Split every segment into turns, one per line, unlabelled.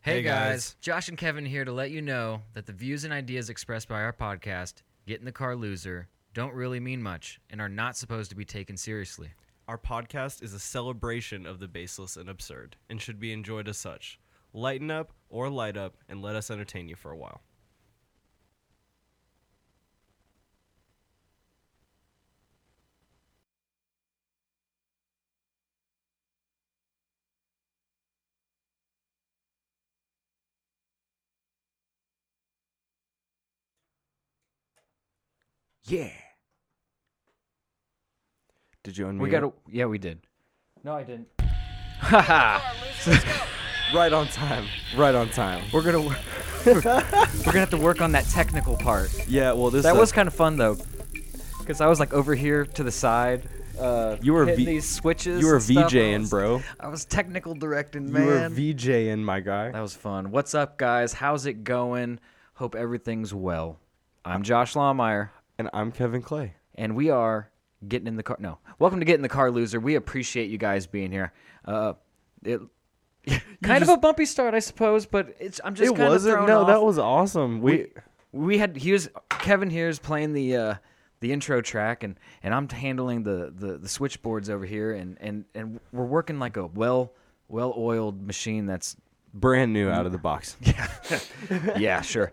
Hey,
Hey,
guys.
guys.
Josh and Kevin here to let you know that the views and ideas expressed by our podcast, Get in the Car Loser, don't really mean much and are not supposed to be taken seriously.
Our podcast is a celebration of the baseless and absurd and should be enjoyed as such. Lighten up or light up and let us entertain you for a while.
Yeah. Did you unmute?
We got to. Yeah, we did. No, I didn't.
right on time. Right on time.
We're gonna. wor- We're gonna have to work on that technical part.
Yeah. Well, this
That was kind of fun though, because I was like over here to the side. Uh,
You were
hitting
V-
these switches.
you were
and stuff. I
VJing,
was-
bro.
I was technical directing,
You were
man.
VJing, my guy.
that was fun. What's up, guys? How's it going? Hope everything's well. I'm Josh Lawmeyer.
And I'm Kevin Clay.
and we are getting in the car. No, welcome to Get in the Car, loser. We appreciate you guys being here. Uh, it kind of a bumpy start, I suppose, but it's I'm just
it
kind
wasn't.
Of
No,
off.
that was awesome. We.
we had here's Kevin here's playing the uh, the intro track, and and I'm handling the the, the switchboards over here, and and and we're working like a well well oiled machine that's
Brand new out of the box.
yeah, sure.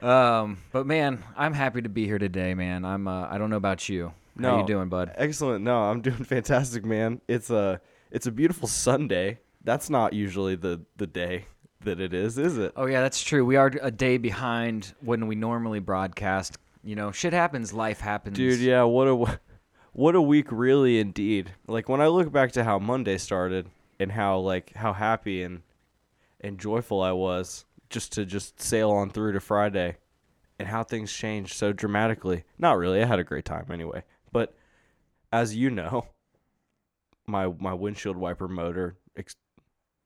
Um, but man, I'm happy to be here today, man. I'm uh, I don't know about you.
No.
How you doing, bud?
Excellent. No, I'm doing fantastic, man. It's a it's a beautiful Sunday. That's not usually the the day that it is, is it?
Oh yeah, that's true. We are a day behind when we normally broadcast. You know, shit happens, life happens.
Dude, yeah, what a what a week really indeed. Like when I look back to how Monday started and how like how happy and and joyful I was just to just sail on through to Friday and how things changed so dramatically. Not really. I had a great time anyway. But as you know, my my windshield wiper motor ex-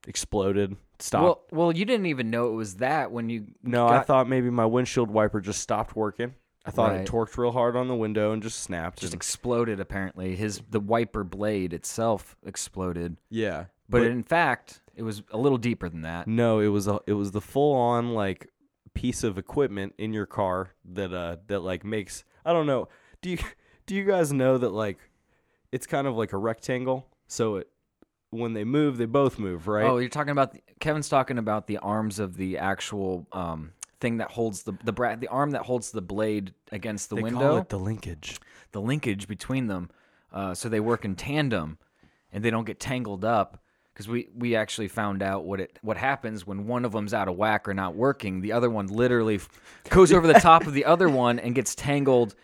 exploded. Stopped.
Well, well, you didn't even know it was that when you.
no, I
got-
thought maybe my windshield wiper just stopped working. I thought
Right.
it torqued real hard on the window and just snapped.
just
and-
exploded. Apparently, his the wiper blade itself exploded,
yeah.
but, in fact, it was a little deeper than that.
No, it was a, it was the full on like piece of equipment in your car that uh that like makes I don't know. Do you do you guys know that like it's kind of like a rectangle? So it when they move, they both move, right?
Oh, you're talking about the, Kevin's talking about the arms of the actual um, thing that holds the the bra- the arm that holds the blade against the
they
window.
call it the linkage.
the linkage between them uh, so they work in tandem and they don't get tangled up because we, we actually found out what it what happens when one of them's out of whack or not working the other one literally f- goes over the top of the other one and gets tangled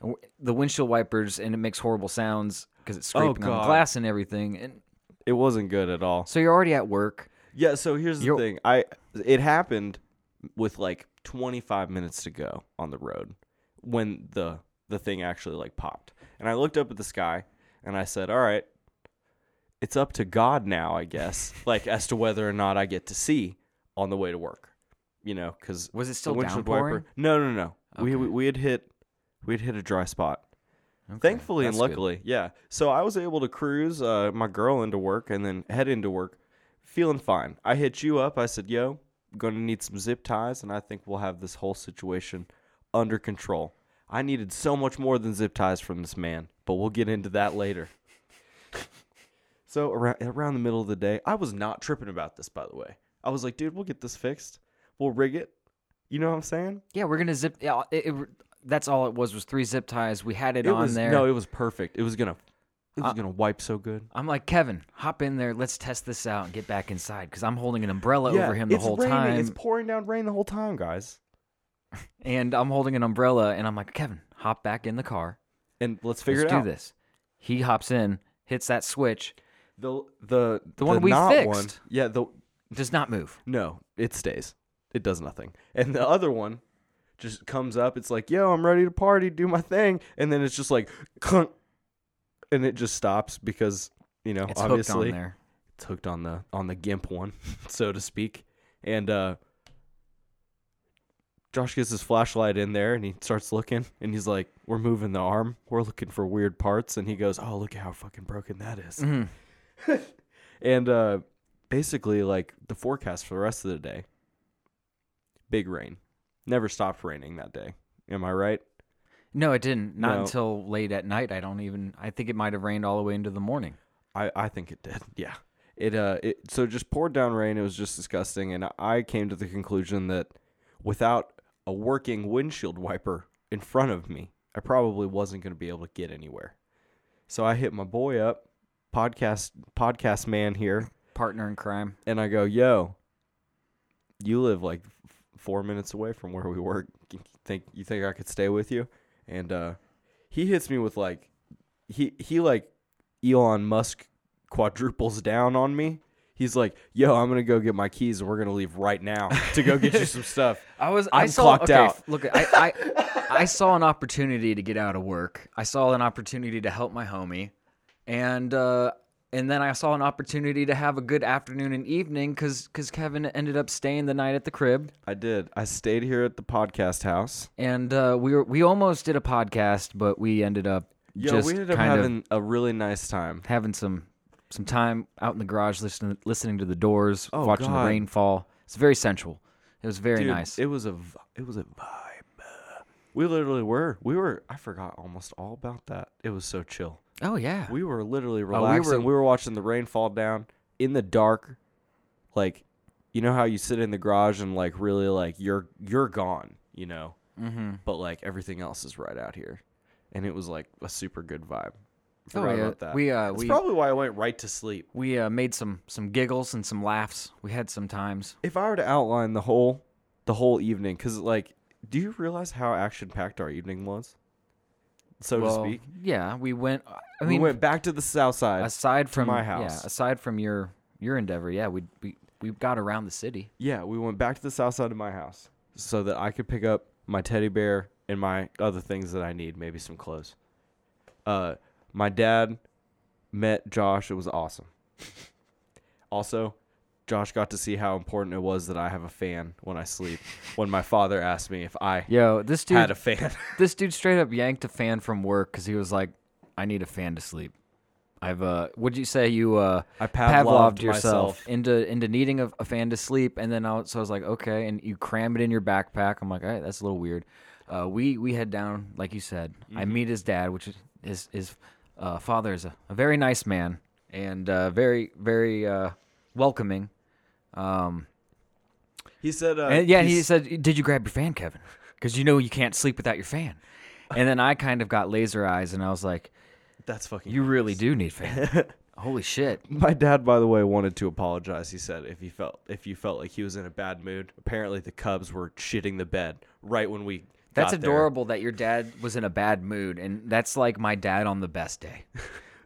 w- the windshield wipers and it makes horrible sounds because it's scraping on
God.
the glass and everything and
It wasn't good at all.
so you're already at work
Yeah, so here's the
You're-
thing. I it happened with like 25 minutes to go on the road when the the thing actually like popped. And I looked up at the sky and I said, "All right, it's up to God now, I guess, like as to whether or not I get to see on the way to work." You know, cuz
Was it still downpouring?
No, no, no. We,
Okay.
we we had hit we had hit a dry spot. Thankfully and
that's good.
luckily, yeah. So I was able to cruise uh, my girl into work and then head into work, feeling fine. I hit you up. I said, "Yo, gonna need some zip ties," and I think we'll have this whole situation under control. I needed so much more than zip ties from this man, but we'll get into that later. so around around the middle of the day, I was not tripping about this. By the way, I was like, "Dude, we'll get this fixed. We'll rig it." You know what I'm saying?
yeah we're gonna zip yeah, it, it- that's all it was was three zip ties we had it, on
was
there Uh,
no, it was perfect. It was gonna, it was gonna wipe so good.
I'm like Kevin, hop in there. Let's test this out and get back inside because I'm holding an umbrella over him the
it's
whole
raining.
time,
It's pouring down rain the whole time, guys.
and I'm holding an umbrella, and I'm like Kevin, hop back in the car.
And let's figure
let's
it
do
out.
this. He hops in, hits that switch,
The the the
one we
not One,
fixed.
yeah, the
does not move.
no, it stays. It does nothing. And the other one just comes up. It's like, yo, I'm ready to party, do my thing, and then it's just like, clunk, and it just stops because you know
It's
Oh, obviously
hooked on there.
it's hooked on the on the gimp one, so to speak. And uh Josh gets his flashlight in there and he starts looking and he's like, We're moving the arm. We're looking for weird parts and he goes, Oh, look at how fucking broken that is." And uh basically like the forecast for the rest of the day. Big rain. Never stopped raining that day. Am I right?
No, it didn't. Not
No.
until late at night. I don't even. I think it might have rained all the way into the morning.
I, I think it did. Yeah. It uh it so it just poured down rain. It was just disgusting, and I came to the conclusion that without a working windshield wiper in front of me, I probably wasn't going to be able to get anywhere. So I hit my boy up, podcast podcast man here,
Partner in crime.
and I go, "Yo, you live like f- four minutes away from where we work. You think you think I could stay with you?" And uh, he hits me with like, he he like Elon Musk quadruples down on me. He's like, "Yo, I'm gonna go get my keys, and we're gonna leave right now to go get you some stuff."
I was. I
I'm
saw,
clocked
okay,
out.
f- Look, I, I I saw an opportunity to get out of work. I saw an opportunity to help my homie, and uh, and then I saw an opportunity to have a good afternoon and evening because Kevin ended up staying the night at the crib,
I did. I stayed here at the podcast house.
and uh, we were we almost did a podcast, but we ended up
Yo,
just
we ended up
kind of
having a really nice time.
having some some time out in the garage listening listening to the doors,
Oh,
watching
God.
the rainfall. It's very sensual. It was very
Dude,
nice.
It was a v- it was a vibe. We literally were. We were. I forgot almost all about that. It was so chill.
oh yeah.
We were literally
Oh, we
relaxing. we,
were-
were, watching the rain fall down in the dark. Like, you know how you sit in the garage and like really like you're you're gone, you know. Mm-hmm. But like everything else is right out here, and it was like a super good vibe. Forgot
yeah.
about that.
We, uh,
That's
we-
probably why I went right to sleep.
we uh, made some some giggles and some laughs. We had some times.
If I were to outline the whole the whole evening, because like, do you realize how action packed our evening was? So to
Well,
speak,
yeah, we went. I mean,
we went back to the south side.
aside from
my
yeah,
house.
aside from your your endeavor, yeah, we we we got around the city.
Yeah, we went back to the south side of my house so that I could pick up my teddy bear and my other things that I need, maybe some clothes. Uh, my dad met Josh. It was awesome. also, Josh got to see how important it was that I have a fan when I sleep. when my father asked me if I
Yo, this dude
had a fan,
this dude straight up yanked a fan from work because he was like, "I need a fan to sleep." I've uh, what'd you say you uh,
I Pavloved myself.
into into needing a, a fan to sleep, and then I, was- so I was like, okay, and you cram it in your backpack. I'm like, all right, that's a little weird. Uh, we we head down, like you said.
Mm-hmm.
I meet his dad, which is his, his uh, father is a, a very nice man and uh, very very uh, welcoming. Um,
he said, uh,
and yeah, he
he's-
said, "Did you grab your fan, Kevin? Because you know you can't sleep without your fan." And then I kind of got laser eyes, and I was like,
that's fucking
"You really do need fan." Holy shit!
My dad, by the way, wanted to apologize. He said if he felt if you felt like he was in a bad mood, apparently the Cubs were shitting the bed right when we.
That's
got there.
adorable that your dad was in a bad mood, and that's like my dad on the best day.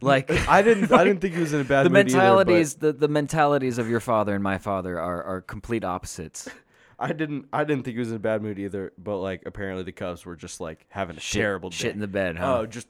Like
I didn't. I didn't think he was in a bad
the
mood
mentalities, the, the mentalities of your father and my father are are complete opposites.
either. But I didn't. I didn't think he was in a bad mood either. But like, apparently the Cubs were just like having a
Shit-
terrible day.
shit in the bed, huh?
Oh, just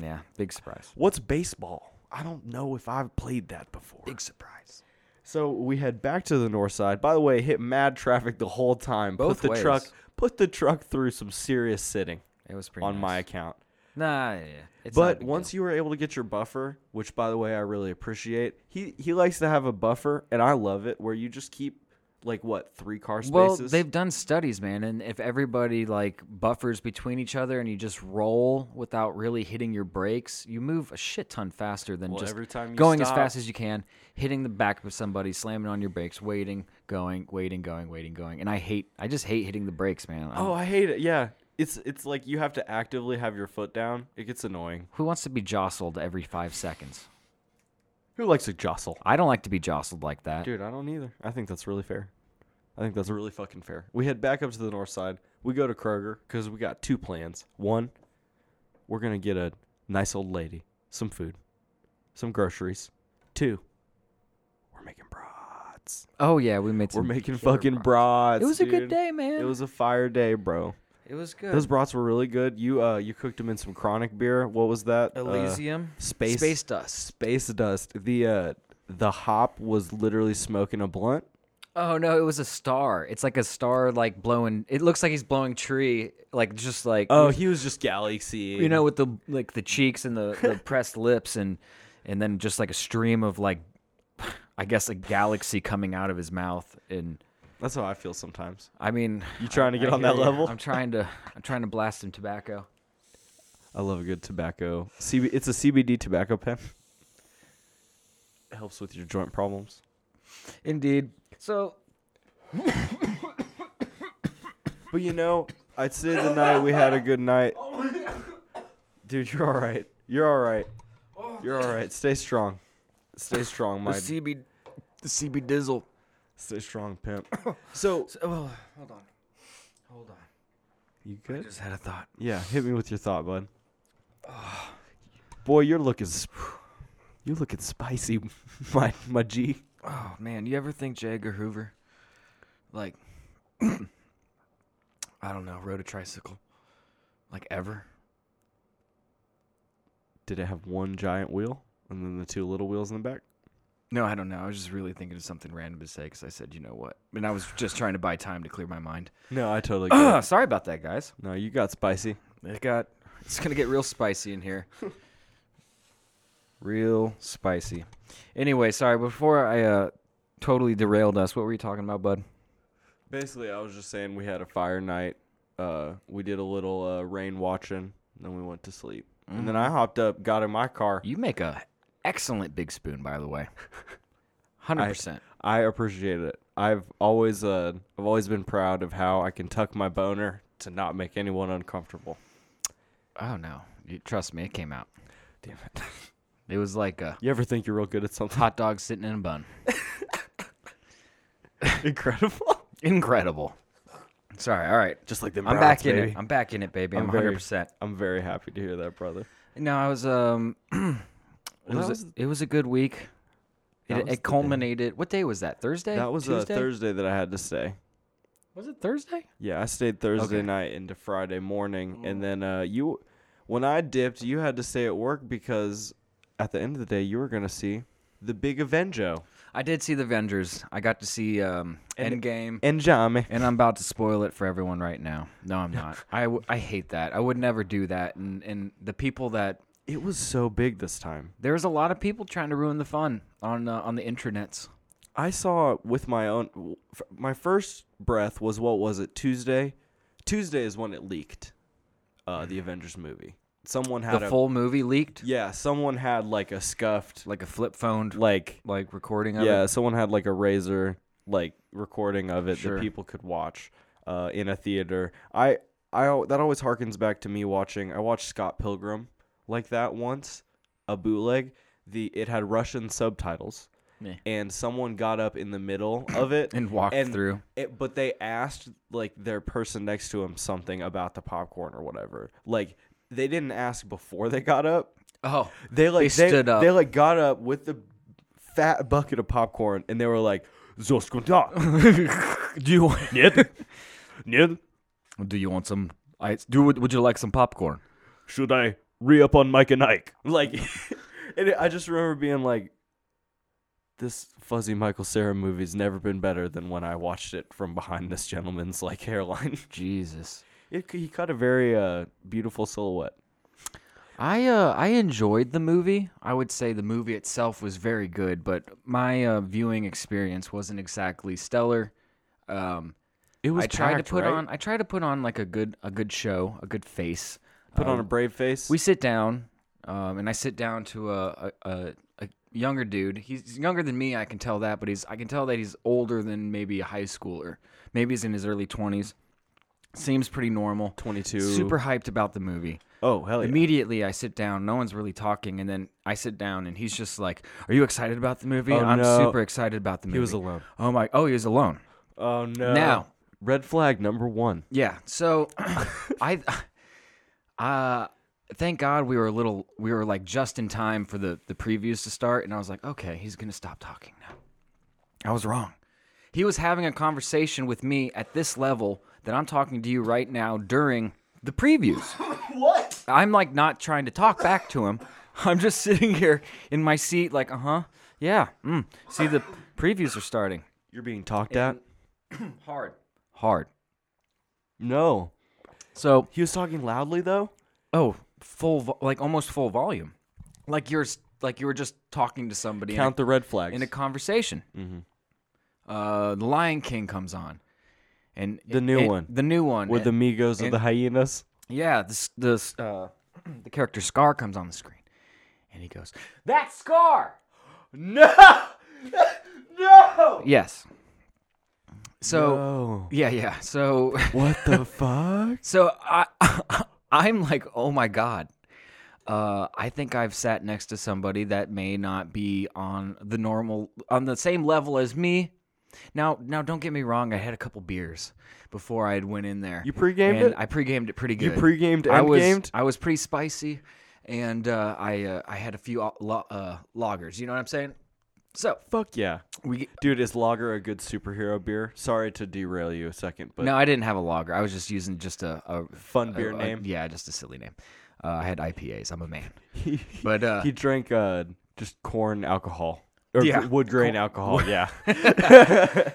Yeah, big surprise.
what's baseball? I don't know if I've played that before. Big surprise. So we head back to the north side. By the way, hit mad traffic the whole time.
Both
put the
ways.
truck. Put the truck through some serious sitting
It was pretty
on
nice.
my account.
Nah, yeah, it's not a
But
big
once you were able to get your buffer, which by the way I really appreciate, he he likes to have a buffer, and I love it where you just keep like what three car spaces.
Well, they've done studies, man, and if everybody like buffers between each other and you just roll without really hitting your brakes, you move a shit ton faster than
Well,
just
every time you
going as
stop-
fast as you can, hitting the back of somebody, slamming on your brakes, waiting, going, waiting, going, waiting, going. And I hate, I just hate hitting the brakes, man. I'm-
oh, I hate it. Yeah, it's it's like you have to actively have your foot down. It gets annoying.
Who wants to be jostled every five seconds?
Who likes to jostle?
I don't like to be jostled like that.
Dude, I don't either. I think that's really fair. I think that's really fucking fair. We head back up to the north side. We go to Kroger because we got two plans. One, we're gonna get a nice old lady some food, some groceries. Two, we're making brats.
Oh yeah, we made some.
We're making
killer
fucking
brats.
brats.
It was a good
dude.
day, man.
It was a fire day, bro.
It was good.
Those brats were really good. You uh, you cooked them in some chronic beer. What was that? Uh,
Elysium,
space-
space dust.
space dust. The uh, the hop was literally smoking a blunt.
Oh no, it was a star. It's like a star like blowing it looks like he's blowing tree, like just like
Oh, he was just galaxy.
you know, with the like the cheeks and the, the pressed lips and and then just like a stream of like I guess a galaxy coming out of his mouth. And
That's how I feel sometimes.
I mean,
You trying to
I
get on
hear
that
ya.
level?
I'm trying to I'm trying to blast some tobacco.
I love a good tobacco. CB, it's a CBD tobacco pen. It helps with your joint problems.
Indeed. So
But you know, I'd say the night we had a good night. Dude, you're all right. You're all right. You're all right. Stay strong. Stay strong, my
the CB the CB Dizzle.
stay strong pimp. So
So, oh, hold on, hold on.
you
I
good?
just had a thought.
Yeah, hit me with your thought, bud. Boy, you're looking sp- you're looking spicy, my my G.
Oh man, you ever think J. Edgar Hoover, like, I don't know, rode a tricycle, like ever?
Did it have one giant wheel and then the two little wheels in the back?
No, I don't know. I was just really thinking of something random to say because I said, you know what? And I was just trying to buy time to clear my mind.
No, I totally get
Ah,
it.
sorry about that, guys.
No, you got spicy.
It got. It's gonna get real spicy in here. real spicy. Anyway, sorry. Before I uh, totally derailed us, what were you talking about, bud?
Basically, I was just saying we had a fire night. Uh, we did a little uh, rain watching, then we went to sleep. And then I hopped up, got in my car.
You make a excellent big spoon, by the way. Hundred percent.
I appreciate it. I've always uh, I've always been proud of how I can tuck my boner to not make anyone uncomfortable.
Oh no, you, trust me, it came out. Damn it. It was like a
You ever think you're real good at something?
hot dog sitting in a bun.
Incredible.
Incredible. Sorry. All right.
Just like the
I'm back in it. I'm back in it, baby. I'm
I'm very-
100. percent
I'm very happy to hear that, brother.
No, I was um. it was,
that
a,
was-
it was a good week.
That
It,
was the
it
day.
culminated. What day was that? Thursday.
That was uh,
Tuesday?
a Thursday that I had to stay.
Was it Thursday?
Yeah, I stayed Thursday
Okay. Mm.
night into Friday morning, and then uh, you, when I dipped, you had to stay at work because at the end of the day you were gonna see the big Avenjo
I did see the Avengers. I got to see um,
And-
Endgame.
and Jami.
And I'm about to spoil it for everyone right now. No, I'm not. I, w- I hate that. I would never do that. And and the people that
It was so big this time.
there's a lot of people trying to ruin the fun on uh, on the intranets.
I saw with my own. f- My first breath was what was it Tuesday? Tuesday is when it leaked, uh, the Avengers movie. Someone had
The
a
full movie leaked,
yeah. Someone had like a scuffed
like a flip phone,
like
like recording of
yeah.
it.
Someone had like a razor like recording of it
Sure.
that people could watch uh, in a theater. I I al- that always harkens back to me watching. I watched Scott Pilgrim like that once, a bootleg. The it had Russian subtitles.
Meh.
And someone got up in the middle of it
And walked through.
it, but they asked like their person next to him something about the popcorn or whatever. Like they didn't ask before they got up.
Oh,
They like
They stood up.
They like got up with the fat bucket of popcorn and they were like, "Zoskunda,
do you want,
нет, нет,
do you want some? I do. Would, would you like some popcorn?
should I re up on Mike and Ike?" Like, and it, I just remember being like, "This fuzzy Michael Sarah movie's never been better than when I watched it from behind this gentleman's like hairline."
Jesus,
It, he cut a very uh, beautiful silhouette.
I uh I enjoyed the movie. I would say the movie itself was very good, but my uh, viewing experience wasn't exactly stellar. Um,
It was
I tried
packed,
to put
right?
on I tried to put on like a good a good show, a good face.
put on
Um,
a brave face.
We sit down, um, and I sit down to a, a, a, a younger dude. He's younger than me, I can tell that, but he's I can tell that he's older than maybe a high schooler. Maybe he's in his early twenties. Seems pretty normal.
22.
Super hyped about the movie.
Oh hell yeah!
Immediately, I sit down. No one's really talking, and then I sit down, and he's just like, "Are you excited about the movie?
Oh,
I'm
no.
super excited about the movie."
He was alone.
Oh my! Oh, he was alone.
Oh no!
Now,
red flag number one.
Yeah. So I uh thank God we were a little we were like just in time for the the previews to start and I was like, "Okay, he's going to stop talking now." I was wrong. He was having a conversation with me at this level that I'm talking to you right now during the previews. what? I'm like not trying to talk back to him. I'm just sitting here in my seat like, "Uh-huh. Yeah. Mm. See the previews are starting."
You're being talked at.
Hard. Hard.
No,
So,
he was talking loudly though.
Oh, full vo- like almost full volume. Like you're s- like you were just talking to somebody in a-
Count Mm-hmm. the red flags.
in a conversation. Uh, the Lion King comes on, and
The new
and-
one.
the new one,
With the
and-
Migos of
and-
the hyenas.
yeah, this this uh, the character Scar comes on the screen, and he goes, "That Scar, no, no." Yes. So
Oh.
yeah, yeah. So
What the fuck?
so I I'm like, oh my god. Uh, I think I've sat next to somebody that may not be on the normal on the same level as me. Now, now don't get me wrong. I had a couple beers before I had went in there.
You pre-gamed
and
it?
I pre-gamed it pretty
You
good.
pre-gamed
I was
endgamed?
I was pretty spicy, and uh, I uh, I had a few uh, lo- uh, loggers. You know what I'm saying? So
Fuck yeah.
we
Dude, is lager a good superhero beer? Sorry to derail you a second, but
no, I didn't have a logger. I was just using just a, a
Fun beer
a- a-
name.
yeah, just a silly name. Uh, I had IPAs. I'm a man. But uh,
he drank uh, just corn alcohol. Or
Yeah.
gr- wood grain alcohol, yeah.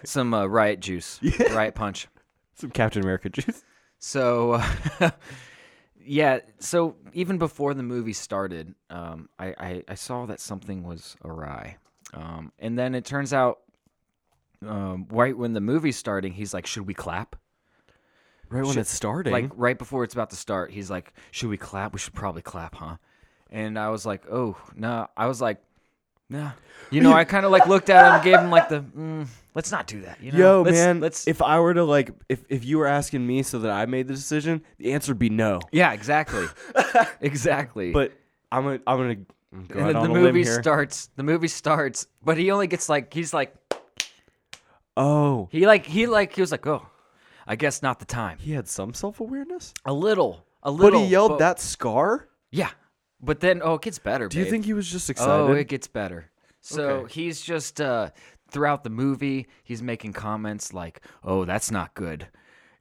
some uh, riot juice, riot punch.
Some Captain America juice.
So, uh, yeah. So even before the movie started, um, I, I I saw that something was awry, um, and then it turns out, um, right when the movie's starting, he's like, "Should we clap?"
Right when it's starting.
Like right before it's about to start, he's like, "Should we clap? We should probably clap, huh?" And I was like, "Oh no!" I was like, "Nah." You know, I kind of like looked at him, gave him like the, mm, "Let's not do that." You know,
Yo,
let's,
man,
Let's.
if I were to like if, if you were asking me so that I made the decision, the answer would be no.
yeah, exactly, exactly.
But I'm gonna I'm gonna go
and then
out
the
on a limb
movie
here.
starts. The movie starts, but he only gets like he's like
oh.
he like he like he was like, "Oh, I guess not the time."
He had some self awareness?
A little, a
But
little.
he yelled that scar?
Yeah, but then oh, it gets better.
Do you
babe.
think he was just excited?
Oh, it gets better. So
Okay.
he's just uh, throughout the movie, he's making comments like, "Oh, that's not good,"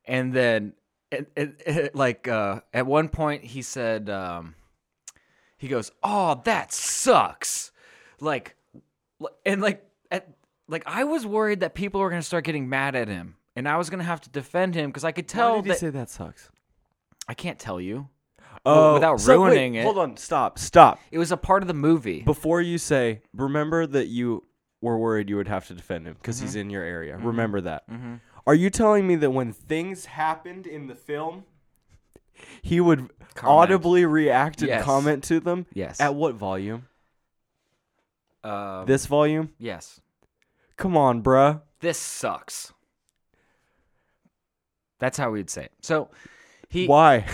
and then, it, it, it- like uh, at one point, he said, um, "He goes, oh, that sucks," like, li- and like at like I was worried that people were gonna start getting mad at him, and I was gonna have to defend him because I could
Why
tell
did he
that
say that sucks?
I can't tell you.
Oh,
without
so- wait,
ruining it.
Hold on, stop, stop.
It was a part of the movie.
Before you say, remember that you were worried you would have to defend him because
Mm-hmm.
he's in your area. Remember that. Are you telling me that when things happened in the film, he would audibly react and
Yes.
comment to them?
Yes.
At what volume?
Uh,
This volume?
yes.
Come on, bruh.
this sucks. That's how we'd say it. So he,
Why?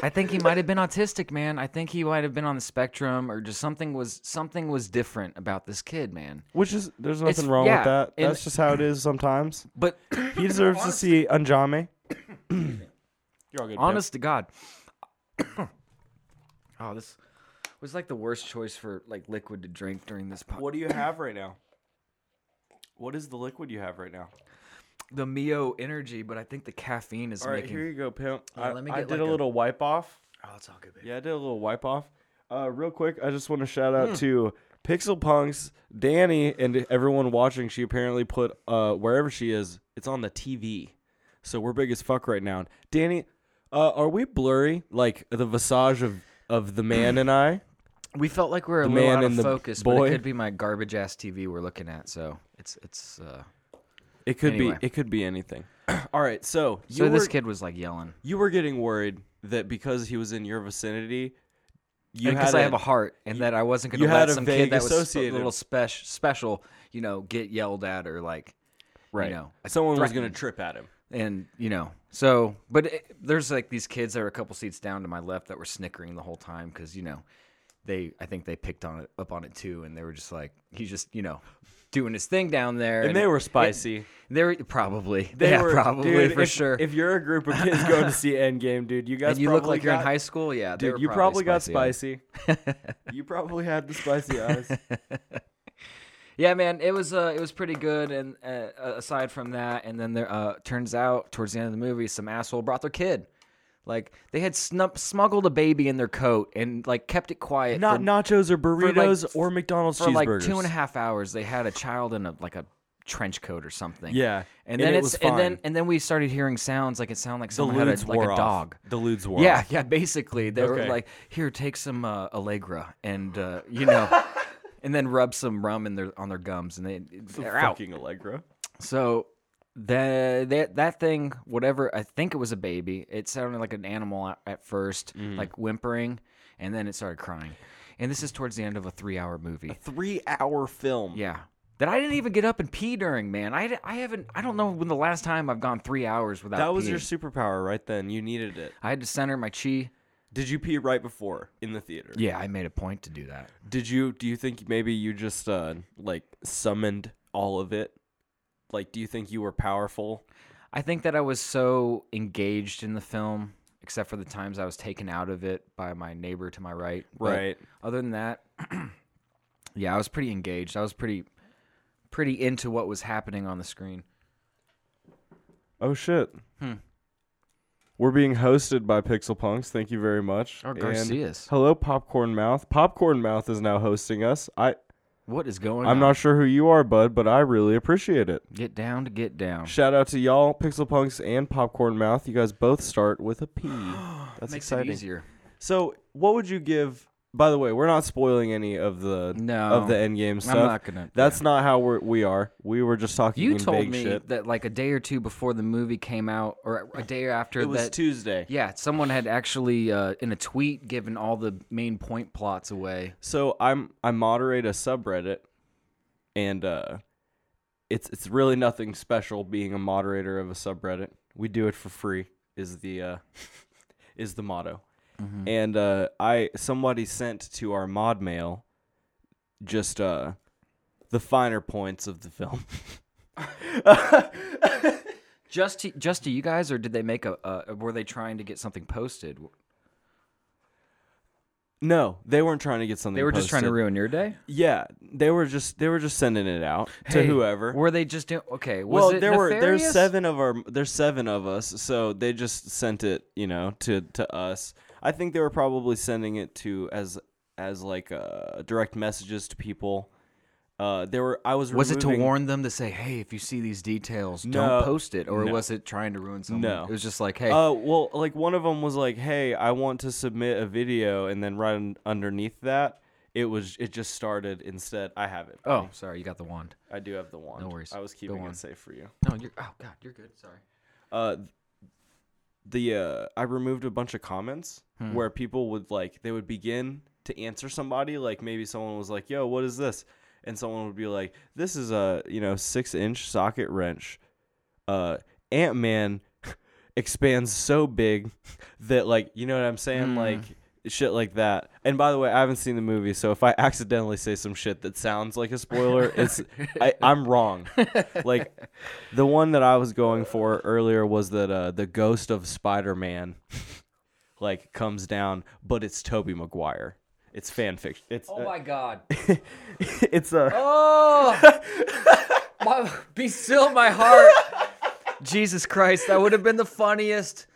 I think he might have been autistic, man. I think he might have been on the spectrum, or just something was something was different about this kid, man.
Which is there's
It's-
nothing wrong
yeah,
with that.
and-
That's just how it is sometimes.
But
He deserves to see Anjame. You're all good. Pip.
honest to God, oh, this was like the worst choice for like liquid to drink during this. Po-
What do you have right now? What is the liquid you have right now?
the Mio energy, but I think the caffeine is
All right,
making.
here you go, pimp. I,
let me
I
get
did
like
a
a-
little wipe off.
oh, it's all good, baby.
Yeah, I did a little wipe off. Uh, real quick, I just want to shout
Hmm.
out to Pixel Punks, Danny, and everyone watching. She apparently put uh, wherever she is, it's on the TV. So we're big as fuck right now. Danny, uh, are we blurry like the visage of of the man and I?
We felt like we were a
The
little
man
out of
and the
focus, but
boy.
it could be my garbage ass TV we're looking at. So it's it's. uh
It could
Anyway.
be. It could be anything. All right, so you
So
were,
this kid was like yelling.
you were getting worried that because he was in your vicinity, you
because I
had
have a heart, and that I wasn't going
you
to let
had a
some
vague
kid that was sp-
associative.
little special, special, you know, get yelled at or like,
right.
you know,
Someone was gonna
threatened.
trip at him.
and you know, so. But it, there's like these kids that are a couple seats down to my left that were snickering the whole time because you know, they I think they picked on it up on it too, and they were just like he's just you know, doing his thing down there,
and they were spicy.
they were probably
They
yeah
were
probably
dude,
for
if,
sure.
If you're a group of kids going to see Endgame, dude, you guys
and you
probably
look like you're in
got-
high school, yeah, they were
Dude, you probably got
on it.
spicy. you probably had the spicy eyes.
Yeah, man, it was uh, it was pretty good. And uh, aside from that, and then there uh, turns out towards the end of the movie, some asshole brought their kid. Like they had snub- smuggled a baby in their coat and like kept it quiet.
Not
for,
nachos or burritos
f-
or McDonald's
for
cheeseburgers.
like two and a half hours. They had a child in a like a trench coat or something.
Yeah,
And
and
then
it
it's
was
and then
fine.
and then we started hearing sounds like it sounded like
The
someone had
ludes
a, like
wore
a
off.
dog.
The ludes wore
Yeah,
off.
yeah. Basically, they were
Okay.
like, "Here, take some uh, Allegra, and uh, you know, and then rub some rum in their on their gums, and they they're out."
Fucking Allegra.
So the that that thing, whatever, I think it was a baby. It sounded like an animal at, at first,
Mm.
like whimpering, and then it started crying. And this is towards the end of a three-hour movie.
Three-hour film.
Yeah. That I didn't even get up and pee during, man. I, I haven't. I don't know when the last time I've gone three hours without.
That was your
peeing.
superpower right then. You needed it.
I had to center my chi.
Did you pee right before in the theater?
Yeah, I made a point to do that.
Did you? Do you think maybe you just uh like summoned all of it? Like, do you think you were powerful?
I think that I was so engaged in the film, except for the times I was taken out of it by my neighbor to my right. But
Right.
other than that, yeah, I was pretty engaged. I was pretty, pretty into what was happening on the screen.
Oh shit.
Hmm.
We're being hosted by Pixel Punks. Thank you very much.
Or
And
Oh, Garcias.
hello, Popcorn Mouth. Popcorn Mouth is now hosting us. I
What is going on?
I'm not sure who you are, bud, but I really appreciate it.
Get down to get down.
Shout out to y'all, Pixel Punks and Popcorn Mouth. You guys both start with a P. That's
Makes
exciting.
it easier.
So, what would you give? By the way, we're not spoiling any of the
No.
of the end game stuff.
not gonna-
That's not how we're, we are. We were just talking.
You
in
told
vague
me
shit.
that like a day or two before the movie came out, or a day after that.
Tuesday.
yeah, someone had actually uh, in a tweet given all the main point plots away.
So I'm I moderate a subreddit, and uh, it's it's really nothing special being a moderator of a subreddit. We do it for free is the uh, is the motto.
Mm-hmm.
And uh, I somebody sent to our mod mail just uh, the finer points of the film.
Just to, just to you guys, or did they make a? Uh, were they trying to get something posted?
no, they weren't trying to get something.
They were just trying to
posted.
ruin your day.
yeah, they were just they were just sending it out to
Hey,
whoever.
Were they just doing? Okay. Was
well,
it
there were there's
nefarious?
seven of our there's seven of us, so they just sent it, you know, to to us. I think they were probably sending it to as as like uh, direct messages to people. Uh, there were I was
Was it to
removing-
warn them to say, "Hey, if you see these details,
No,
don't post it," or
no.
was it trying to ruin someone?
No.
It was just like, "Hey,
Uh, well, like one of them was like, "Hey, I want to submit a video," and then right un- underneath that, it was it just started instead. I have it.
oh, sorry, you got the wand."
I do have the wand.
No worries.
I was
Go
keeping
on.
it safe for you.
No, you're. Oh God, you're good. Sorry.
uh the uh I removed a bunch of comments where people would like they would begin to answer somebody like maybe someone was like, "Yo, what is this?" and someone would be like, "This is a, you know, 6-inch socket wrench. Uh Ant-Man expands so big that like, you know what I'm saying?
Hmm.
Like shit like that. And by the way, I haven't seen the movie, so if I accidentally say some shit that sounds like a spoiler, it's I, I'm wrong. Like the one that I was going for earlier was that uh, the ghost of Spider-Man like comes down, but it's Toby Maguire. It's fan fiction. It's
Oh
uh,
my God.
it's uh, a
Oh, my, be still, my heart. Jesus Christ, that would have been the funniest.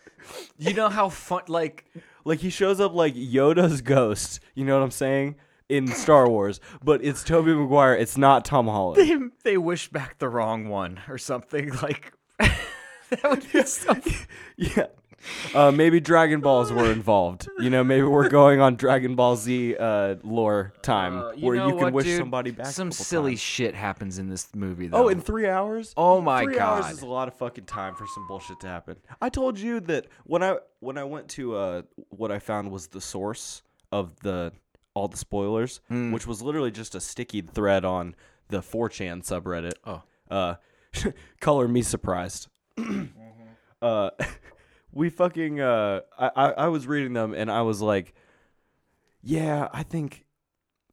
You know how fun, like,
like he shows up like Yoda's ghost. You know what I'm saying? In Star Wars, but it's Toby Maguire. It's not Tom Holland.
they wish back the wrong one or something. Like, that would be so.
Yeah. Uh, maybe Dragon Balls were involved. You know, maybe we're going on Dragon Ball Z uh, lore time
Uh,
where you can wish somebody back. a
Some
couple
silly
times.
shit happens in this movie, though.
Oh, in three hours?
Oh my
three
God.
hours is a lot of fucking time for some bullshit to happen. I told you that when I when I went to uh, what I found was the source of the all the spoilers,
Hmm.
which was literally just a sticky thread on the 4chan subreddit. Oh, uh, color me surprised. uh, we fucking uh, I, I I was reading them and I was like, yeah, I think.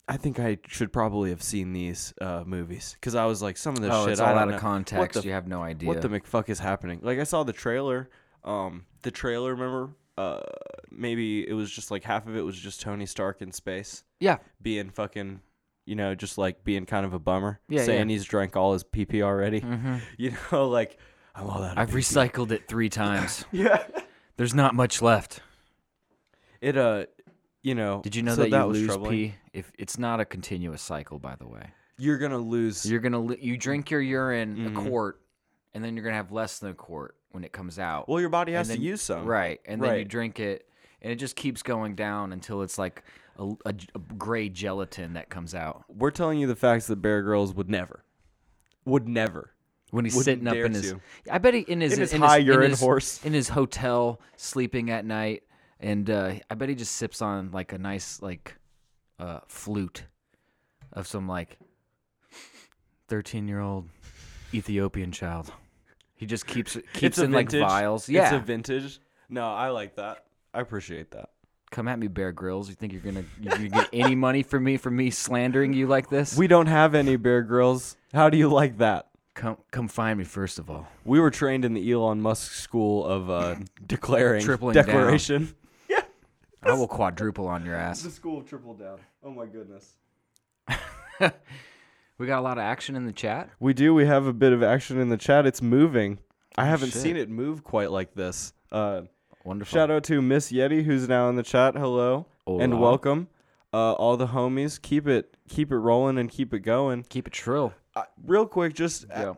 I think I should probably have seen these uh, movies because I was like, some of this
Oh,
shit
it's
I
all
don't
out
know.
of
What
context.
the
you have no idea.
what the McFuck is happening. Like I saw the trailer. Um, the trailer. Remember? Uh, maybe it was just like half of it was just Tony Stark in space
yeah,
being fucking, you know, just like being kind of a bummer.
Yeah, Mm-hmm.
saying
yeah.
he's drank all his PP already. You know, like I'm all out. Of
I've
PP.
recycled it three times.
yeah.
There's not much left.
It uh, you know.
Did you know
so
that, you
was
lose
troubling.
pee if it's not a continuous cycle? By the way,
You're gonna lose.
You're gonna li- you drink your urine
Mm-hmm.
a quart, and then you're gonna have less than a quart when it comes out.
well, your body has
and
to
then-
use some.
Right, and then you
Right.
drink it, and it just keeps going down until it's like a, a j- a gray gelatin that comes out
We're telling you the facts that Bear Grylls would never, would never.
when he's
Wouldn't
sitting up
dare
in his.
to.
I bet he in his
In his high urine
his-
horse.
in his hotel sleeping at night, and uh, I bet he just sips on like a nice like uh, flute of some like thirteen year old Ethiopian child. He just keeps keeps
it's a
in
vintage.
like vials. Yeah,
it's a vintage. No, I like that. I appreciate that.
Come at me, Bear Grylls. You think you're gonna you're gonna get any money from me for me slandering you like this?
We don't have any Bear Grylls. How do you like that?
come come find me first of all.
We were trained in the Elon Musk school of uh, declaring
Tripling down.
declaration.
I will quadruple on your ass.
school of triple down. Oh my goodness.
We got a lot of action in the chat.
We do. We have a bit of action in the chat. It's moving. I haven't
shit.
seen it move quite like this. Uh,
Wonderful.
shout out to Miss Yeti, who's now in the chat. Hello and
Hola.
welcome, uh, all the homies. Keep it, keep it rolling and keep it going.
Keep it shrill.
Uh, real quick, just
Yeah.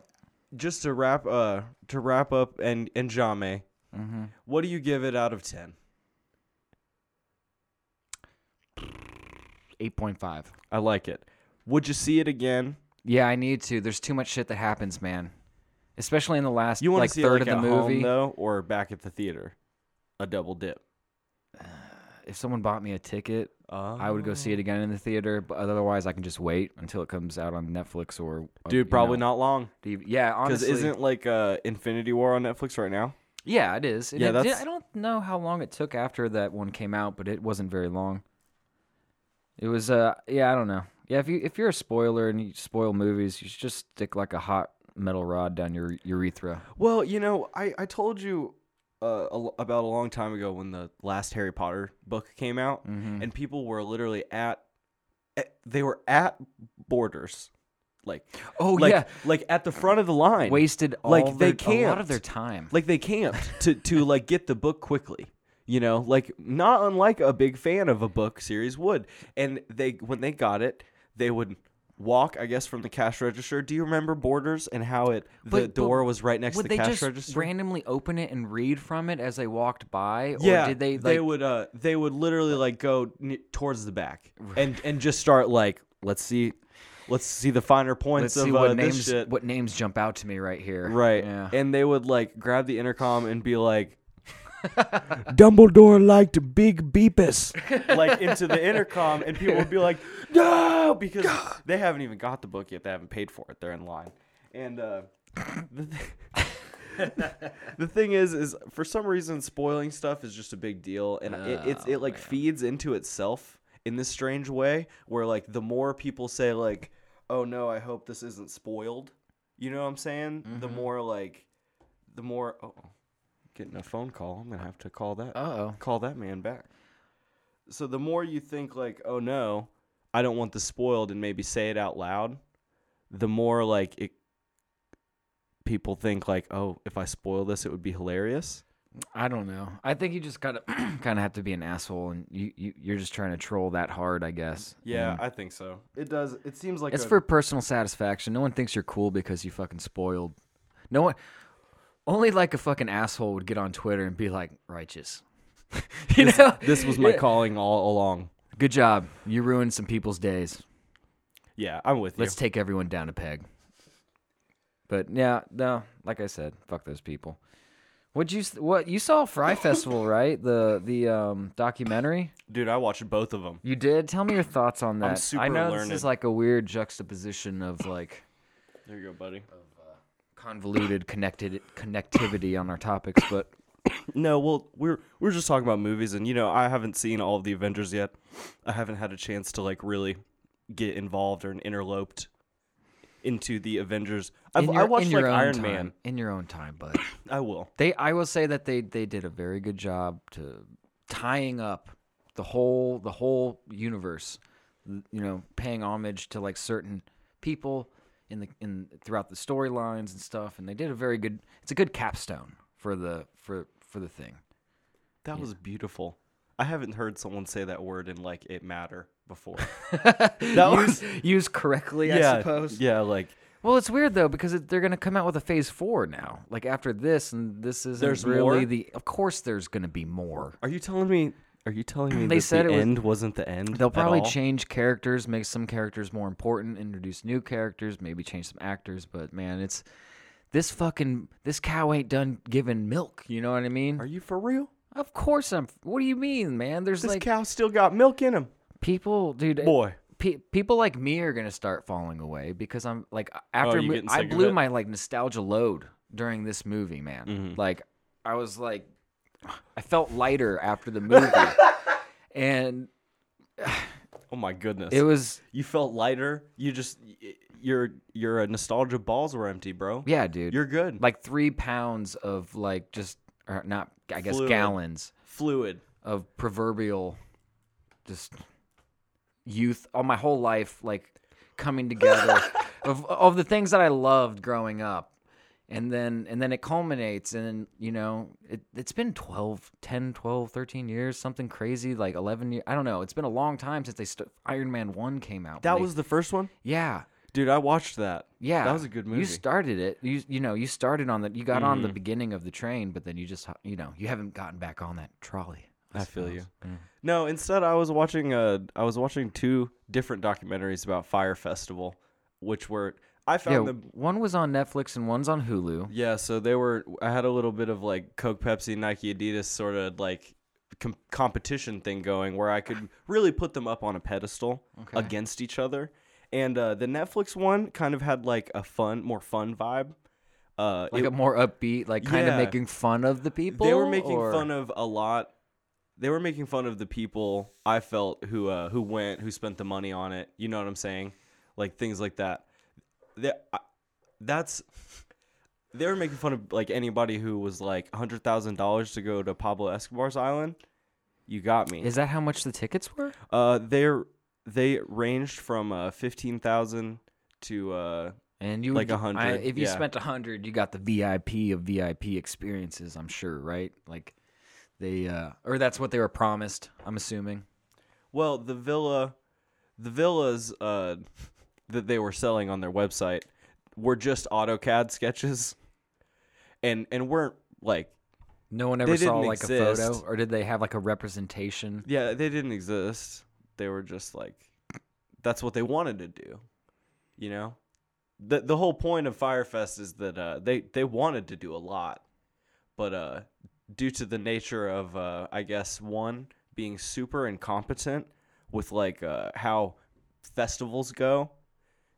just to wrap, uh, to wrap up, and and Jame,
Mm-hmm.
what do you give it out of ten?
Eight point five.
I like it. Would you see it again?
Yeah, I need to. There's too much shit that happens, man. Especially in the last
You want
like
to see
third
it like
of the
at home,
movie.
though, or back at the theater? A double dip.
if someone bought me a ticket,
Uh,
I would go see it again in the theater. But otherwise, I can just wait until it comes out on Netflix or uh, you
Dude, probably
know,
not long.
DV Yeah,
Because
honestly,
isn't like uh, Infinity War on Netflix right now?
Yeah, it is. And
Yeah,
it did-
that's-
I don't know how long it took after that one came out, but it wasn't very long. It was. Uh, yeah, I don't know. Yeah, if you if you're a spoiler and you spoil movies, you should just stick like a hot metal rod down your urethra.
Well, you know, I, I told you uh, a l about a long time ago when the last Harry Potter book came out,
Mm-hmm.
and people were literally at, at- they were at borders, like
Oh,
like,
yeah.
like at the front of the line,
Wasted all
like they
their-
can't
a lot of their time.
like they camped to to like get the book quickly you know like not unlike a big fan of a book series would and they when they got it they would walk i guess from the cash register do you remember borders and how it the
But- but
door was right next
would
to the
they
cash
just
register
randomly open it and read from it as they walked by, or
yeah
did they like?
they would uh they would literally like go n- towards the back and and just start like let's see let's see the finer
let's
points
see
of
what
uh, this
names
shit.
what names jump out to me right here.
Right.
Yeah.
And they would like grab the intercom and be like, Dumbledore liked Big Beepus. like into the intercom, and people would be like, no, because they haven't even got the book yet. They haven't paid for it. They're in line. And uh, the, th- the thing is, is for some reason, spoiling stuff is just a big deal. And it, it's, it like feeds into itself in this strange way where like the more people say, like, oh no, I hope this isn't spoiled. You know what I'm saying? The more like, the more. Oh, getting a phone call. I'm gonna have to call that.
Uh-oh.
Call that man back. So the more you think like, oh no, I don't want this spoiled, and maybe say it out loud, the more like it. People think like, oh, if I spoil this, it would be hilarious.
I don't know. I think you just gotta kind of have to be an asshole, and you, you you're just trying to troll that hard, I guess. And
I think so. It does. It seems like
it's for personal satisfaction. No one thinks you're cool because you fucking spoiled. No one. Only like a fucking asshole would get on Twitter and be like righteous. you know,
This was my
Yeah.
calling all along.
Good job. You ruined some people's days.
Yeah, I'm with you.
Let's take everyone down a peg. But yeah, no. Like I said, fuck those people. What you s- what you saw Fry Festival right? The the um documentary.
Dude, I watched both of them.
You did. Tell me your thoughts on that. I
super
know this
learned.
is like a weird juxtaposition of like
There you go, buddy.
convoluted connected connectivity on our topics, but
No, well, we're we're just talking about movies, and you know, I haven't seen all of the Avengers yet. I haven't had a chance to like really get involved or interloped into the Avengers. I've,
in
I
your-
watched
in your
like
own
Iron
time,
Man.
in your own time. But
I will.
they, I will say that they they did a very good job to tying up the whole the whole universe. You know, paying homage to like certain people in the in throughout the storylines and stuff, and they did a very good. It's a good capstone for the for for the thing.
That was beautiful. I haven't heard someone say that word in like it matter before. that
Used,
was
used correctly,
yeah,
I suppose.
yeah, like
Well, it's weird though because it, they're going to come out with a phase four now. Like after this, and this isn't
There's
really
more?
the. Of course, there's going to be more.
Are you telling me? Are you telling me
They
that
said
the
it was-
end was, not the end?
They'll
at
probably
all?
change characters, make some characters more important, introduce new characters, maybe change some actors. But man, it's this fucking this cow ain't done giving milk. You know what I mean?
Are you for real?
of course I'm. What do you mean, man? There's
This
like
cow still got milk in him,
people, dude. it-
boy.
pe- people like me are gonna start falling away because I'm like after
Oh, you
mo-
getting
I
sick of
blew
it? Mm-hmm.
my like nostalgia load during this movie, man. Like I was like, I felt lighter after the movie, and
Oh my goodness!
it was
you felt lighter. You just y- your your uh, nostalgia balls were empty, bro.
yeah, dude.
You're good.
like three pounds of like just or not I guess
Fluid.
gallons
fluid.
of proverbial just youth all my whole life like coming together of of the things that I loved growing up. And then and then it culminates and you know it it's been 12 10 12 13 years something crazy like 11 years I don't know it's been a long time since they st- Iron Man 1 came out.
That
They-
was the first one,
Yeah.
dude. I watched that.
Yeah,
that was a good movie. Mm-hmm.
You started it. You you know you started on the you got on the beginning of the train, but then you just you know you haven't gotten back on that trolley.
I feel you. No, instead I was watching uh I was watching two different documentaries about Fire Festival, which were I
Yeah,
found them
one was on Netflix and one's on Hulu.
Yeah, so they were I had a little bit of like Coke, Pepsi, Nike, Adidas sort of like com- competition thing going where I could really put them up on a pedestal against each other. And uh, the Netflix one kind of had like a fun, more fun vibe. Uh,
Like
it-
a more upbeat, like kind of
Yeah.
making fun of the people.
they were making
or-
fun of a lot. They were making fun of the people I felt who uh, who went, who spent the money on it. You know what I'm saying? Like things like that. That I- that's they were making fun of like anybody who was like hundred thousand dollars to go to Pablo Escobar's island. You got me.
Is that how much the tickets were?
uh, they're they ranged from uh, fifteen thousand to uh,
And you
Like
would-
a hundred,
I- If you
yeah.
spent a hundred, you got the VIP of VIP experiences. I'm sure, right? Like they uh or that's what they were promised. I'm assuming.
Well, the villa, the villas uh, that they were selling on their website were just AutoCAD sketches, and and weren't like
No one ever
They
saw
didn't
like a photo,
exist.
or did they have like a representation?
yeah they didn't exist. They were just like that's what they wanted to do, you know. the The whole point of Firefest is that uh, they they wanted to do a lot, but uh, due to the nature of uh, I guess one being super incompetent with like uh, how festivals go.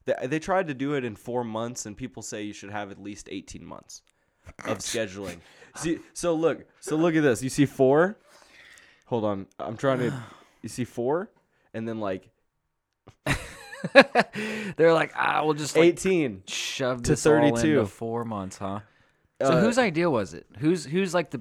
They, they tried to do it in four months, and people say you should have at least eighteen months of scheduling. See, so look, so look at this. You see four. Hold on, I'm trying to. You see four, and then like
They're like, ah, we'll just like,
eighteen.
shove
to Uh,
this all into
32.
four months, huh? So whose idea was it? Who's who's like the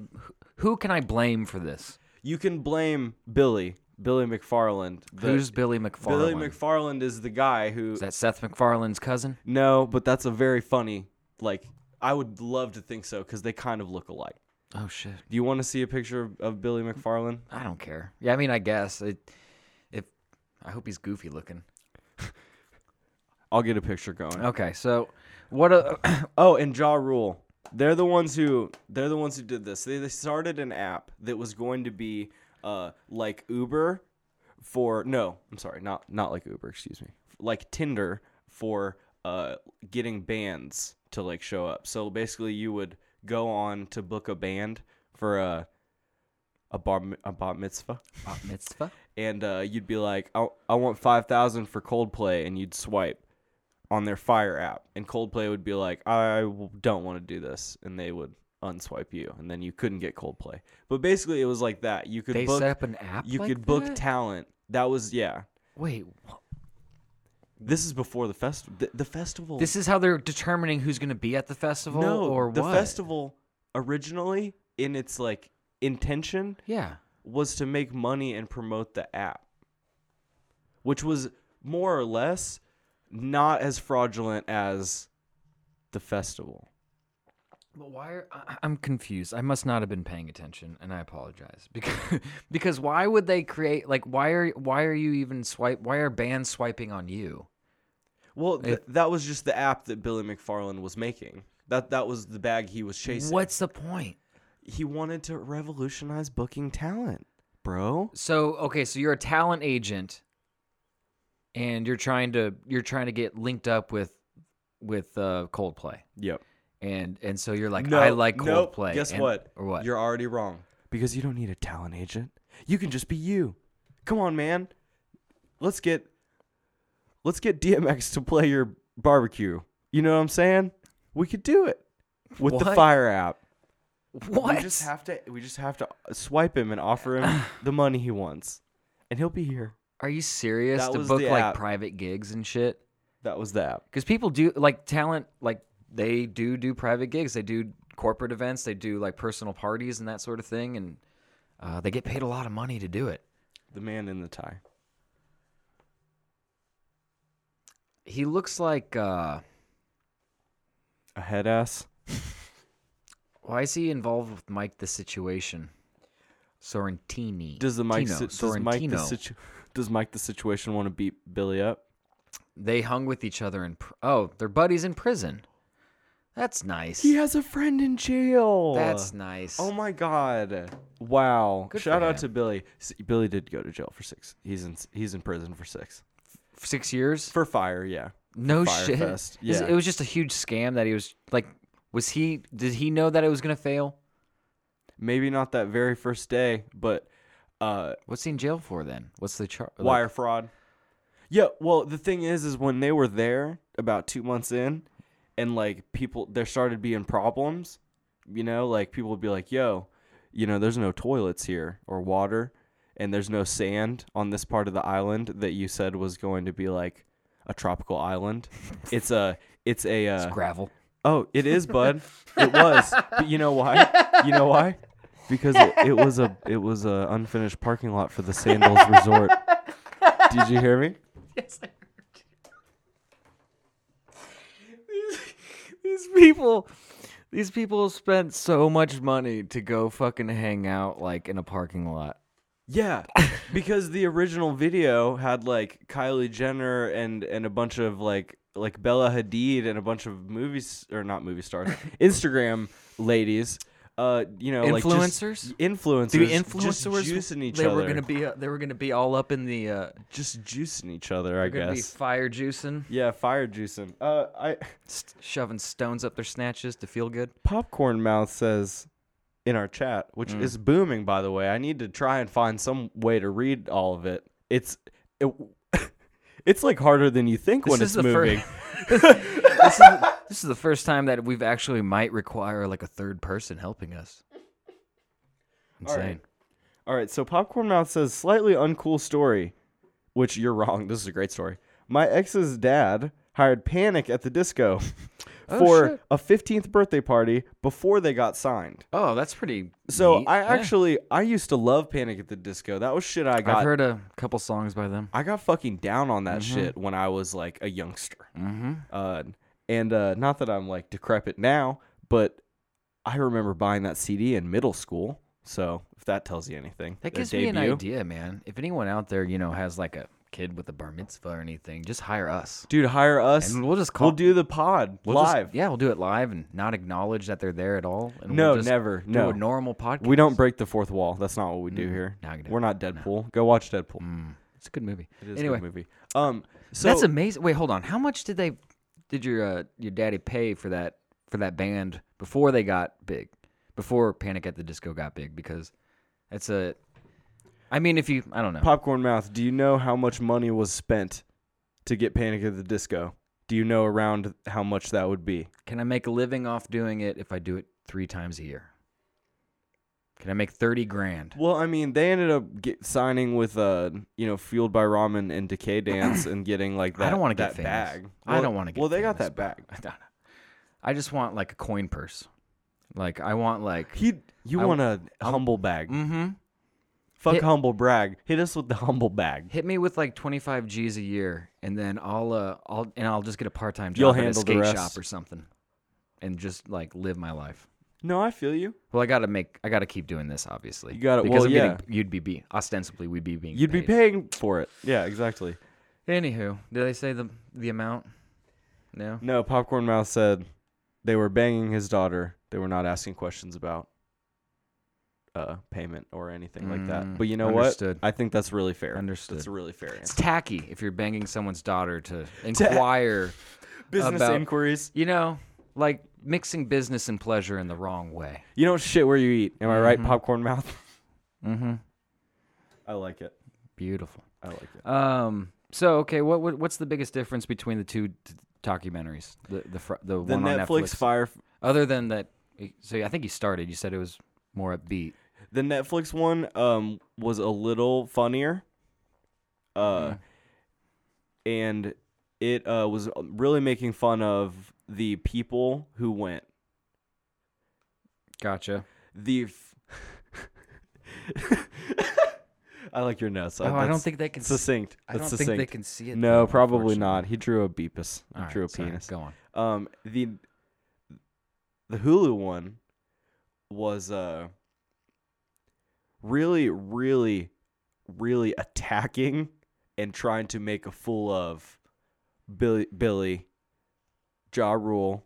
who can I blame for this?
You can blame Billy, Billy McFarland. The-
who's Billy McFarland?
Billy McFarland is the guy who
Is that Seth MacFarlane's cousin?
No, but that's a very funny like I would love to think so cuz they kind of look alike.
Oh shit,
Do you want to see a picture of, of Billy McFarland?
I don't care. Yeah, I mean, I guess it. If I hope he's goofy looking.
I'll get a picture going.
Okay, so what a
Oh, and Jaw Rule. They're the ones who they're the ones who did this. They, they started an app that was going to be uh like Uber for no, I'm sorry, not not like Uber, excuse me. Like Tinder for uh getting bands to like show up. So basically you would go on to book a band for a a bar mi- a bat mitzvah
bat mitzvah.
and uh, you'd be like, I, I want 5,000 for Coldplay, and you'd swipe on their Fire app. And Coldplay would be like, I w- don't want to do this. And they would unswipe you, and then you couldn't get Coldplay. But basically, it was like that. You could
They
book,
set up an app.
you
like
could book
that?
talent. That was, yeah.
Wait, wha-
This is before the festival. The, the festival.
this is how they're determining who's going to be at the festival,
no,
or
the
what?
festival originally, in its like intention,
Yeah.
was to make money and promote the app, which was more or less not as fraudulent as the festival.
But why are I, I'm confused. I must not have been paying attention, and I apologize because because why would they create like why are why are you even swipe why are bands swiping on you?
Well, th- that was just the app that Billy McFarland was making. That that was the bag he was chasing.
What's the point?
he wanted to revolutionize booking talent, bro.
So okay, so you're a talent agent, and you're trying to you're trying to get linked up with with uh, Coldplay,
Yep.
and and so you're like
No,
I like
nope.
Coldplay.
Guess
and-
what?
Or what?
You're already wrong because you don't need a talent agent. You can just be you. Come on, man. Let's get let's get DMX to play your barbecue. You know what I'm saying? We could do it with the
What?
Fire app.
what?
We just have to we just have to uh, swipe him and offer him the money he wants, and he'll be here.
Are you serious?
That
to
was
book
the
like
app.
private gigs and shit?
That was the app.
because people do like talent like they do do private gigs they do corporate events they do like personal parties and that sort of thing and uh, they get paid a lot of money to do it
The man in the tie.
he looks like uh
A head ass.
why is he involved with mike the situation sorrentini
Does the Mike
Tino,
si- does Mike the
Sorrentino.
situ- does Mike the situation want to beat Billy up?
they hung with each other in pr- oh they're buddies in prison that's nice
He has a friend in jail.
that's nice
Oh my god. Wow.
Good
Shout
for
out
him.
to Billy. S- Billy did go to jail for 6. He's in he's in prison for 6.
six years
For fire, yeah.
No
Fyre
shit.
Fest,
Is-
yeah.
It was just a huge scam that he was like was he did he know that it was gonna fail?
Maybe not that very first day, but uh
What's he in jail for then? What's the charge?
wire fraud. Yeah, well, the thing is is when they were there about 2 months in and like people there started being problems, you know, like people would be like, "Yo, you know, there's no toilets here or water and there's no sand on this part of the island that you said was going to be like a tropical island. It's a it's a uh,
gravel.
Oh, it is, bud. it was. But you know why? You know why? Because it, it was a it was a unfinished parking lot for the Sandals Resort. Did you hear me?
These people these people spent so much money to go fucking hang out like in a parking lot.
Yeah, because the original video had like Kylie Jenner and and a bunch of like like Bella Hadid and a bunch of movies or not movie stars, Instagram ladies. Uh, you know, like just
Influencers?
influencers,
The
just
influencers
juicing each
they
other,
were gonna be uh, they were gonna be all up in the uh
just juicing each other. I
they're gonna be
guess.
fire juicing,
yeah, fire juicing. Uh, I.
st- shoving stones up their snatches to feel good.
Popcorn Mouth says in our chat, which
Mm.
is booming by the way. I need to try and find some way to read all of it. It's it, it's like harder than you think when
This
it's
is the fir-
moving.
this, is, this is the first time that we've actually might require like a third person helping us. Insane.
right. All right, so Popcorn Mouth says slightly uncool story, which you're wrong. This is a great story. My ex's dad hired Panic at the disco for
Oh, shit.
a 15th birthday party before they got signed.
Oh, that's pretty.
So
neat.
I
Yeah.
actually I used to love Panic at the Disco. That was shit I got
I've heard a couple songs by them.
I got fucking down on that
Mm-hmm.
shit when I was like a youngster. Uh, and uh, not that I'm like decrepit now, but I remember buying that CD in middle school. So if that tells you anything,
That
their
gives me an
debut.
idea, man. If anyone out there, you know, has like a kid with a bar mitzvah or anything, just hire us.
Dude, hire us.
And we'll just call-
We'll do the pod
We'll just-
live.
yeah, we'll do it live and not acknowledge that they're there at all. And
No,
we'll just
never.
Do
No.
a Mm, normal podcast.
We don't break the fourth wall. That's not what we do here.
negative.
We're not Deadpool. Go watch Deadpool.
It's a good movie.
It is
Mm. anyway,
a good movie. Um, so
that's amazing. Wait, hold on. How much did they, did your uh, your daddy pay for that for that band before they got big, before Panic at the Disco got big? Because that's a, I mean, if you, I don't know.
Popcorn Mouth, do you know how much money was spent to get Panic at the Disco? Do you know around how much that would be?
Can I make a living off doing it if I do it three times a year? Can I make thirty grand?
Well, I mean, they ended up get, signing with uh, you know, Fueled by Ramen and Decay Dance and getting like that.
I don't want to get
that
famous.
bag.
I
Well-
don't want to get.
Well, they got
famous,
that bag.
but- I don't know. I just want like a coin purse. Like I want like.
He, you
I w-
want a humble bag?
Mm-hmm.
Fuck
hit-
humble brag. Hit us with the humble bag.
Hit me with like twenty five G's a year, and then I'll uh, I'll and I'll just get a part time job
You'll
at a
handle the
skate
rest.
shop or something. and just like live my life.
No, I feel you.
Well, I gotta make, I gotta keep doing this, obviously.
You gotta-
because
well,
I'm
yeah.
getting, you'd be, be ostensibly we'd be being,
You'd be paying for it. Yeah, exactly.
Anywho, did they say the the amount? No.
No, Popcorn Mouth said they were banging his daughter. They were not asking questions about uh, payment or anything like that.
Mm,
But you know
understood.
what? I think that's really fair.
Understood.
That's a really fair
It's
answer.
tacky if you're banging someone's daughter to inquire.
Business
About-
inquiries.
you know, like mixing business and pleasure in the wrong way.
You don't shit where you eat. Am I right, Popcorn Mouth?
Mm-hmm.
I like it.
Beautiful.
I like it.
Um. So okay, what, what what's the biggest difference between the two t- documentaries? The the fr- the,
The
one on
Netflix
Netflix.
fire
Other than that, so I think you started. You said it was more upbeat.
The Netflix one um was a little funnier. Uh and it uh was really making fun of the people who went.
Gotcha.
The f- I like your notes.
Oh, I don't think they can. s-
succinct.
I don't
That's
think they
succinct.
can see it.
No,
though,
probably
unfortunately.
not. He drew a beepus. He
All right,
drew a
sorry,
penis.
Go on.
Um, the the Hulu one was uh really, really, really attacking and trying to make a fool of Billy, Billy, Ja Rule,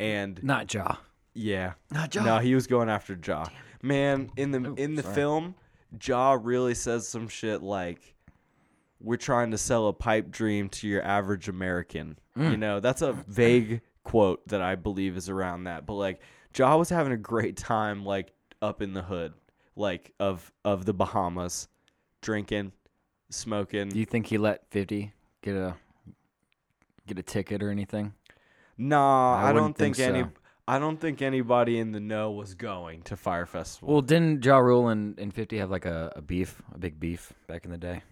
and
Not jaw.
yeah,
Not
no, he was going after Ja. Man, in the
Ooh,
in the
Oh, sorry.
film, Ja really says some shit like we're trying to sell a pipe dream to your average American.
Mm.
You know, that's a vague quote that I believe is around that. But like Ja was having a great time like up in the hood, like of of the Bahamas, drinking, smoking.
Do you think he let Fifty get a get a ticket or anything?
nah,
I
I, don't
wouldn't think
think, any
so.
I don't think anybody in the know was going to Fire Festival.
Well, didn't Ja Rule and, and Fifty have like a, a beef, a big beef back in the day?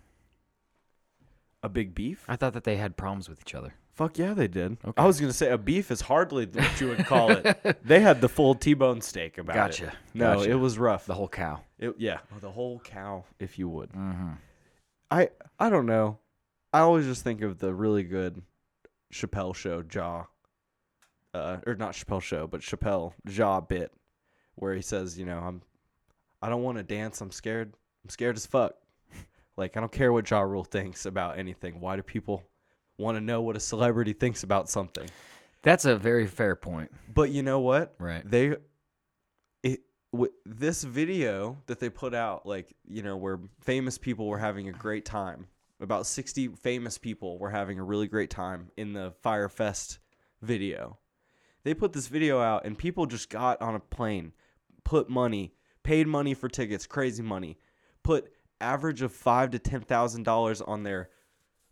a big beef?
I thought that they had problems with each other.
Fuck yeah, they did. I was gonna say a beef is hardly what you would call it. they had the full T-bone steak about it.
Gotcha.
No,
Gotcha.
it was rough.
The whole cow.
It- yeah, Oh, the whole cow, if you would.
Mm-hmm.
I I don't know. I always just think of the really good Chappelle show jaw, uh, or not Chappelle show, but Chappelle jaw bit, where he says, you know, I'm, I don't want to dance. I'm scared. I'm scared as fuck. Like I don't care what Ja Rule thinks about anything. Why do people want to know what a celebrity thinks about something?
That's a very fair point.
But you know what?
Right.
They it w- this video that they put out like, you know, where famous people were having a great time. About 60 famous people were having a really great time in the Firefest video. They put this video out and people just got on a plane, put money, paid money for tickets, crazy money. Put average of 5 to $10,000 on their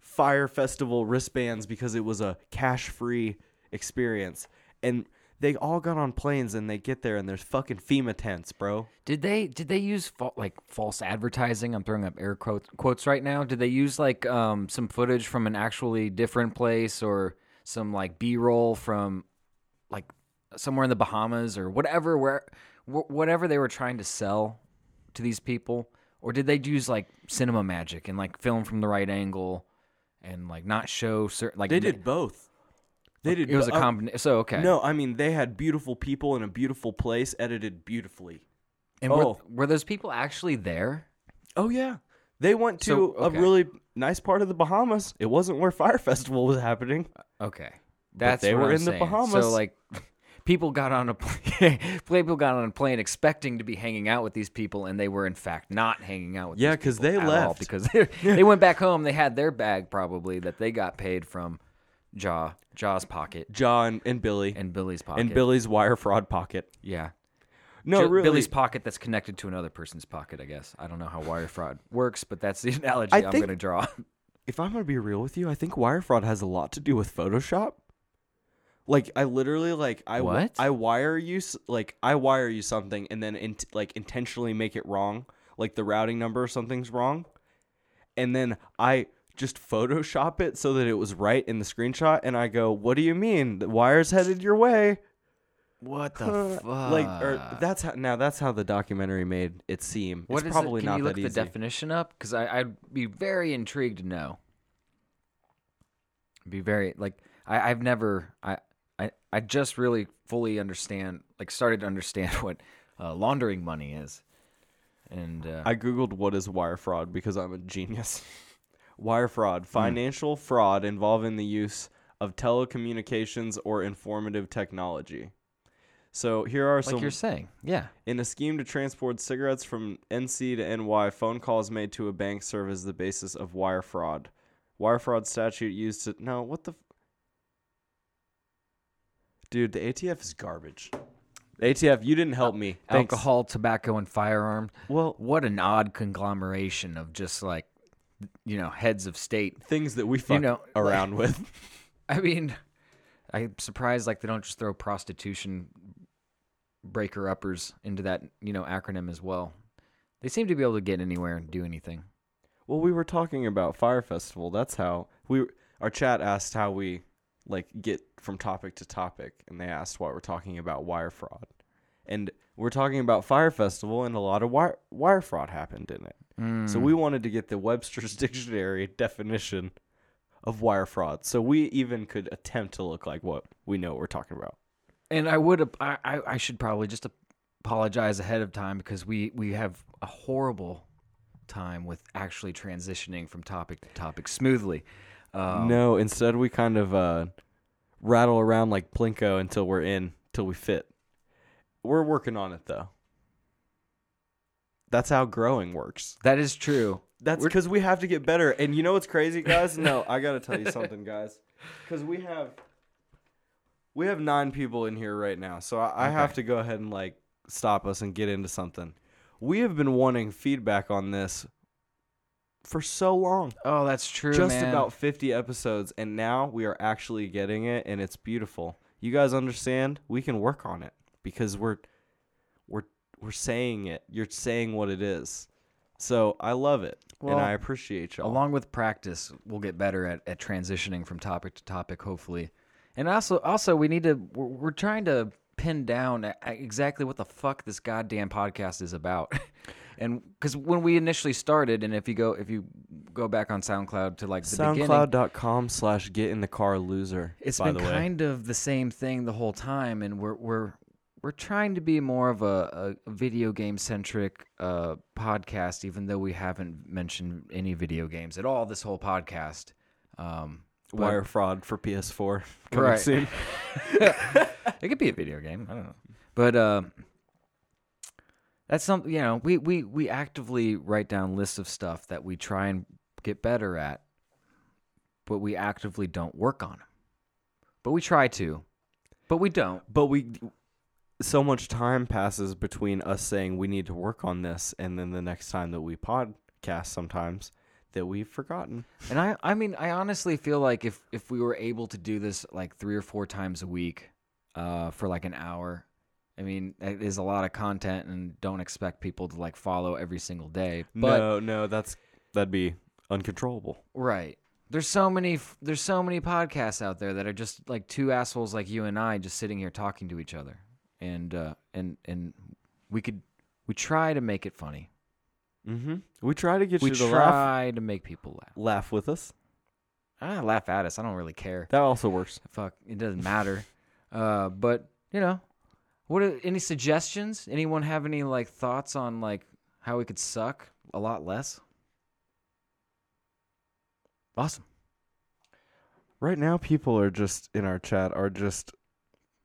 fire festival wristbands because it was a cash free experience. And they all got on planes and they get there and there's fucking FEMA tents, bro.
Did they did they use fa- like false advertising? I'm throwing up air quotes quotes right now. Did they use like um, some footage from an actually different place or some like B-roll from like somewhere in the Bahamas or whatever where wh- whatever they were trying to sell to these people or did they use like cinema magic and like film from the right angle and like not show certain like
They did both. They did
it was a
bo- uh,
combination. So okay.
No, I mean they had beautiful people in a beautiful place edited beautifully.
And
Oh.
were, were those people actually there?
Oh yeah. They went to
So, okay.
a really nice part of the Bahamas. It wasn't where Fire Festival was happening.
Okay, that's
they
what
were
I'm
in the
saying.
Bahamas.
So like, people got on a plane, people got on a plane expecting to be hanging out with these people, and they were in fact not hanging out with.
Yeah,
because
'cause they left.
because they, they went back home. They had their bag probably that they got paid from Jaw Jaw's pocket
John and Billy and,
and Billy's pocket
Billy's wire fraud pocket.
Yeah.
No,
Ju-
really.
Billy's pocket that's connected to another person's pocket, I guess. I don't know how wire fraud works, but that's the analogy
I
I'm
think-
going to draw.
if I'm gonna be real with you, I think wire fraud has a lot to do with Photoshop. Like I literally like I w-
What?
I wire you s- like I wire you something and then in, like intentionally make it wrong, like the routing number or something's wrong, and then I just Photoshop it so that it was right in the screenshot, and I go, "What do you mean? The wire's headed your way."
What the
Like or that's how now that's how the documentary made it seem.
What
it's
is
probably
it? Can
not
you look
that
the
easy.
definition up? Because I'd be very intrigued to know. Be very like I, I've never I I I just really fully understand, like started to understand what uh, laundering money is, and uh,
I googled what is wire fraud because I'm a genius. wire
Hmm.
fraud, financial fraud involving the use of telecommunications or informative technology. So here are
like
some
you're saying, yeah,
in a scheme to transport cigarettes from NC to NY, phone calls made to a bank serve as the basis of wire fraud. Wire fraud statute used to No, what the f- Dude, the ATF is garbage. ATF, you didn't help me. Thanks.
alcohol, tobacco, and firearms.
Well,
What an odd conglomeration of just like, you know, heads of state.
things that we fuck
know,
around with.
I mean, I'm surprised like they don't just throw prostitution breaker uppers into that you know acronym as well. They seem to be able to get anywhere and do anything.
Well, we were talking about Fire Festival. That's how we our chat asked how we like get from topic to topic, and they asked why we're talking about wire fraud, and we're talking about Fire Festival, and a lot of wire wire fraud happened in it. So we wanted to get the Webster's Dictionary definition of wire fraud, so we even could attempt to look like what we know we're talking about.
And I would ap- I, I I should probably just apologize ahead of time because we we have a horrible time with actually transitioning from topic to topic smoothly. Um,
No, instead we kind of uh, rattle around like plinko until we're in, till we fit. We're working on it though. That's how growing works.
That is true.
That's because we have to get better. And you know what's crazy, guys? no, I gotta tell you something, guys. Because we have we have nine people in here right now, so I, I have to go ahead and like stop us and get into something. We have been wanting feedback on this for so long
Oh, that's true.
just
man.
about 50 episodes and now we are actually getting it and it's beautiful you guys understand we can work on it because we're we're we're saying it you're saying what it is so i love it
Well,
and i appreciate y'all
along with practice we'll get better at, at transitioning from topic to topic hopefully and also also we need to we're, we're trying to pin down a- exactly what the fuck this goddamn podcast is about and because when we initially started and if you go if you go back on soundcloud to like the beginning
soundcloud.com slash get in the car loser
it's
by
been
the way
kind of the same thing the whole time and we're we're we're trying to be more of a, a video game centric uh, podcast even though we haven't mentioned any video games at all this whole podcast um, but
wire fraud for ps4 coming
Right.
soon
it could be a video game i don't know but uh, that's something you know we, we we actively write down lists of stuff that we try and get better at but we actively don't work on 'em. but we try to but we don't
but we so much time passes between us saying we need to work on this and then the next time that we podcast sometimes that we've forgotten
And I, I mean, I honestly feel like if if we were able to do this like three or four times a week, uh, for like an hour, I mean, it is a lot of content, and don't expect people to like follow every single day. But
no, no, that's that'd be uncontrollable.
right, there's so many, f- there's so many podcasts out there that are just like two assholes like you and I just sitting here talking to each other, and uh, and and we could we try to make it funny.
Mm-hmm. We try to get
We
you to laugh,
try to make people laugh.
laugh with us.
I laugh at us. I don't really care.
That also works.
fuck it doesn't matter uh but you know what are, any suggestions anyone have any like thoughts on like how we could suck a lot less awesome
Right now, people are just in our chat are just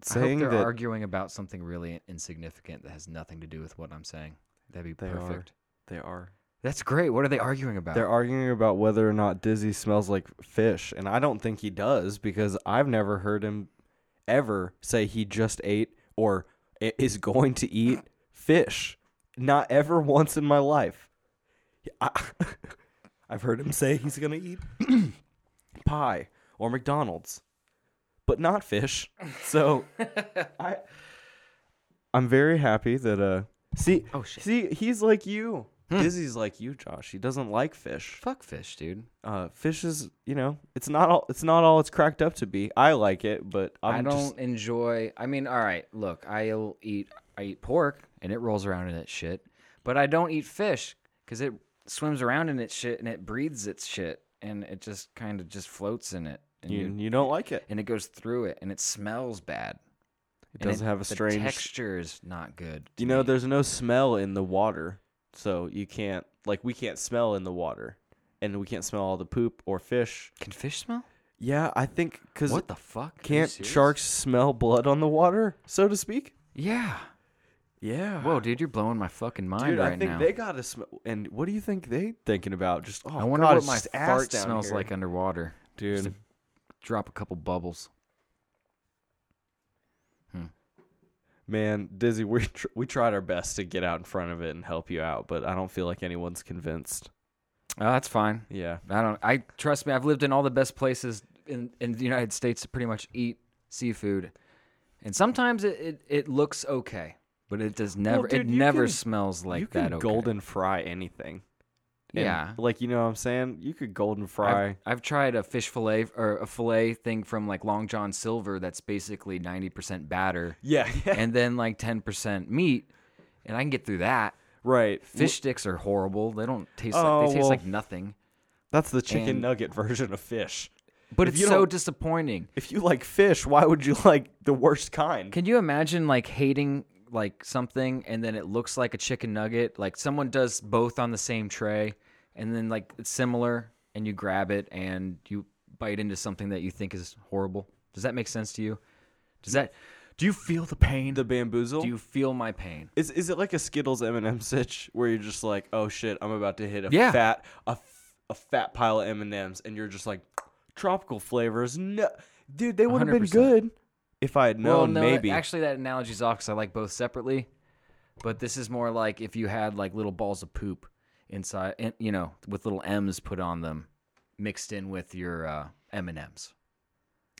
saying
i hope
that
they're arguing about something really insignificant that has nothing to do with what i'm saying that'd be
They are.
perfect
they are.
that's great what are they arguing about
They're arguing about whether or not Dizzy smells like fish, and I don't think he does because I've never heard him ever say he just ate or i- is going to eat fish. Not ever once in my life. I, I've heard him say he's going to eat pie or McDonald's, but not fish. So I, I'm very happy that uh. See,
Oh, shit.
see, he's like you.
Hmm.
Dizzy's like you, Josh. He doesn't like fish.
fuck fish dude
Uh, fish is, you know, it's not all. It's not all it's cracked up to be. I like it, but I'm
I do not
Just,
enjoy. I mean, all right, look, I'll eat. I eat pork, and it rolls around in its shit, but I don't eat fish because it swims around in its shit and it breathes its shit, and it just kind of just floats in it, and
You,
you,
you don't like it.
and it goes through it, and it smells bad.
It
and
does have a strange.
The texture is not good. to
you know,
me.
there's no smell in the water, so you can't like we can't smell in the water, and we can't smell all the poop or fish.
can fish smell?
Yeah, I think because
What the fuck? Are you
can't
serious?
sharks smell blood on the water, so to speak?
Yeah.
Yeah.
Whoa, dude, you're blowing my fucking mind
Dude,
right
I think
now.
they got to smell. And what do you think they thinking about? Just oh,
I wonder
God,
what
it's
my
just ass
fart
down
smells
here.
like underwater.
dude.
just Drop a couple bubbles.
Man, Dizzy, we tr- we tried our best to get out in front of it and help you out, but I don't feel like anyone's convinced.
Oh,
Uh,
that's fine.
Yeah,
I don't. I trust me. I've lived in all the best places in in the United States to pretty much eat seafood, and sometimes it it, it looks okay, but it does never. it
dude, you
never
can-
smells like
you can
that. Okay.
golden fry anything. And,
Yeah.
like you know what I'm saying. You could golden fry.
I've, I've tried a fish fillet or a fillet thing from like Long John Silver that's basically ninety percent batter
yeah, yeah,
and then like ten percent meat, and I can get through that.
right.
Fish sticks are horrible. They don't taste. like,
Oh,
they taste
well,
like nothing.
That's the chicken
and-
nugget version of fish.
But
if
it's
you
so
don't-
disappointing.
If you like fish, why would you like the worst kind?
Can you imagine like hating like something and then it looks like a chicken nugget? Like someone does both on the same tray and then like it's similar and you grab it and you bite into something that you think is horrible. Does that make sense to you? Does that do you feel the pain?
The bamboozle.
do you feel my pain?
Is is it like a Skittles M and M sitch where you're just like, oh shit, I'm about to hit a
Yeah.
fat a, f- a fat pile of M and M's, and you're just like, tropical flavors, no, dude, they would have been
100%.
good if I had known.
well, no,
maybe
actually that analogy's off because I like both separately. But this is more like if you had like little balls of poop inside, and, you know, with little M's put on them, mixed in with your uh, M and M's.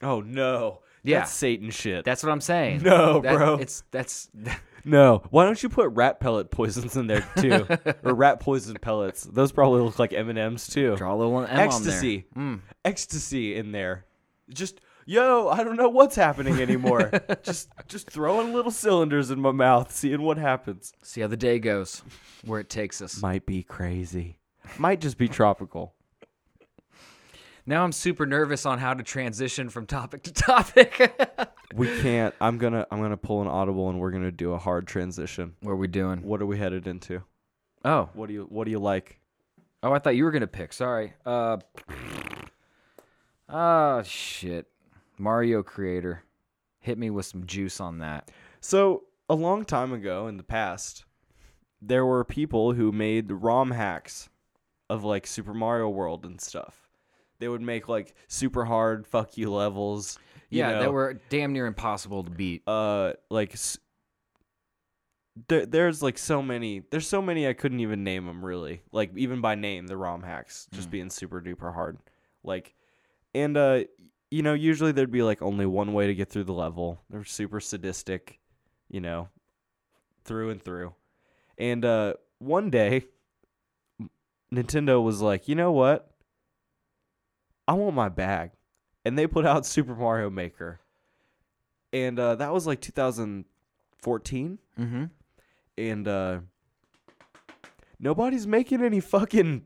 oh no,
Yeah.
that's Satan shit.
That's what I'm saying.
No,
That-
bro.
It's that's
no, why don't you put rat pellet poisons in there too, or rat poison pellets? Those probably look like M and M's too.
draw a little M
ecstasy, Mm. ecstasy in there. Just yo, I don't know what's happening anymore. just just throwing little cylinders in my mouth, seeing what happens.
See how the day goes, where it takes us.
Might be crazy. Might just be tropical.
Now I'm super nervous on how to transition from topic to topic.
We can't. I'm gonna I'm gonna pull an audible and we're gonna do a hard transition.
what are we doing?
What are we headed into?
Oh,
What do you What do you like?
oh, I thought you were gonna pick. Sorry. Uh, oh shit, Mario creator, hit me with some juice on that.
So a long time ago in the past, there were people who made ROM hacks of like Super Mario World and stuff. They would make like super hard fuck you levels. you
yeah,
know,
that were damn near impossible to beat.
uh like s- there, there's like so many there's so many I couldn't even name them really like even by name the ROM hacks just being super duper hard like and uh you know usually there'd be like only one way to get through the level they're super sadistic you know through and through and uh one day Nintendo was like you know what I want my bag and they put out Super Mario Maker and uh, that was like 2014
Mm-hmm.
and uh, nobody's making any fucking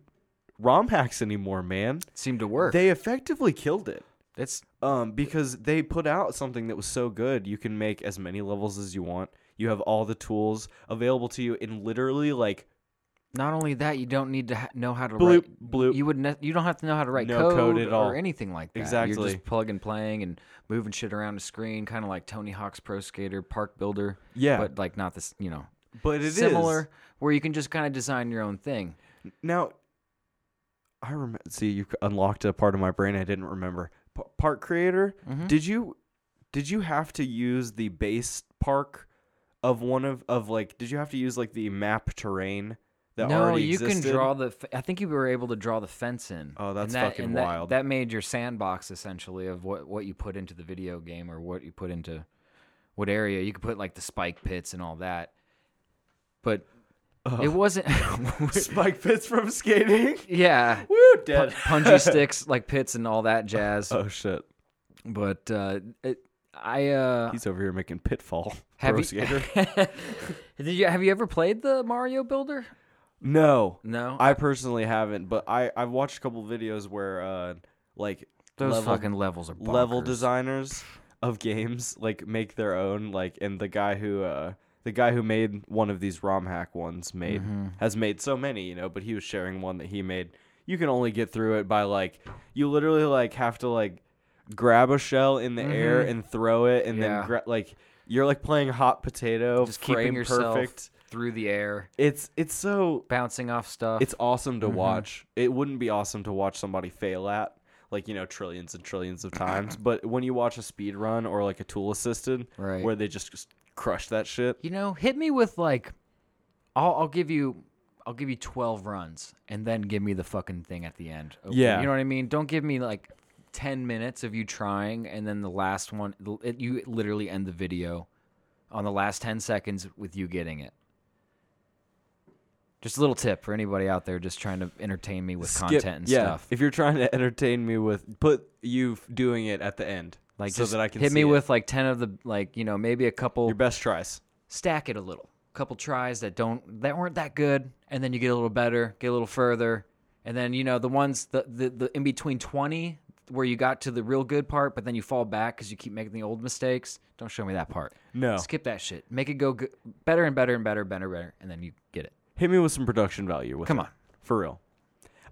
rom hacks anymore man
It seemed to work.
they effectively killed it
That's
um, because they put out something that was so good you can make as many levels as you want you have all the tools available to you in literally like
not only that. You don't need to ha- know how to
bloop
write
bloop
you would ne- you don't have to know how to write
No
code,
code at all.
or anything like that. You're
Exactly.
just plug and playing and moving shit around the screen, kind of like Tony Hawk's Pro Skater Park Builder.
Yeah.
but like not this, you know,
but it is
similar where you can just kind of design your own thing.
Now, I remember. See, you unlocked a part of my brain I didn't remember. P- park creator,
Mm-hmm.
did you did you have to use the base park of one of of like? Did you have to use like the map terrain that
no,
already
you
existed?
can draw the. F- I think you were able to draw the fence in.
Oh,
and
that's
that,
fucking
and that-
wild.
That, made your sandbox essentially of what what you put into the video game or what you put into what area. You could put like the spike pits and all that, but. It wasn't.
spike pits from skating.
yeah.
Woo,
pu-
dead.
punji sticks like pits and all that jazz.
oh shit,
But uh, it, I uh,
he's over here making pitfall.
have
Pro
you,
skater.
Did you have you ever played the Mario Builder?
No,
No,
I personally haven't, but I I've watched a couple videos where uh like those
Level-
fucking
fucking levels are
level
bonkers.
designers of games like make their own like and the guy who uh the guy who made one of these ROM hack ones made
Mm-hmm.
has made so many, you know, but he was sharing one that he made. You can only get through it by like you literally like have to like grab a shell in the air and throw it and
Mm-hmm. Yeah.
then gra- like you're like playing hot potato
Just keeping
frame
yourself
perfect.
through the air,
It's it's so
bouncing off stuff.
it's awesome
Mm-hmm.
to watch. It wouldn't be awesome to watch somebody fail at like you know trillions and trillions of times, but when you watch a speed run or like a tool assisted
Right.
where they just just crush that shit.
you know, hit me with like, I'll, I'll give you, I'll give you twelve runs, and then give me the fucking thing at the end. Okay?
Yeah.
you know what I mean. Don't give me like ten minutes of you trying, and then the last one, the- it, you literally end the video on the last ten seconds with you getting it. Just a little tip for anybody out there just trying to entertain me with
Skip-
content and
yeah,
stuff.
If you're trying to entertain me with put you f- doing it at the end
Like
so
just
that I can
hit me
see it.
with like ten of the like you know maybe a couple
your best tries.
stack it a little. couple tries that don't that weren't that good, and then you get a little better, get a little further, and then you know the ones the the, the in between twenty where you got to the real good part, but then you fall back because you keep making the old mistakes. Don't show me that part.
No.
skip that shit. Make it go good, better and better and better, better, better, and then you get it.
Hit me with some production value with
Come
it.
on.
For real.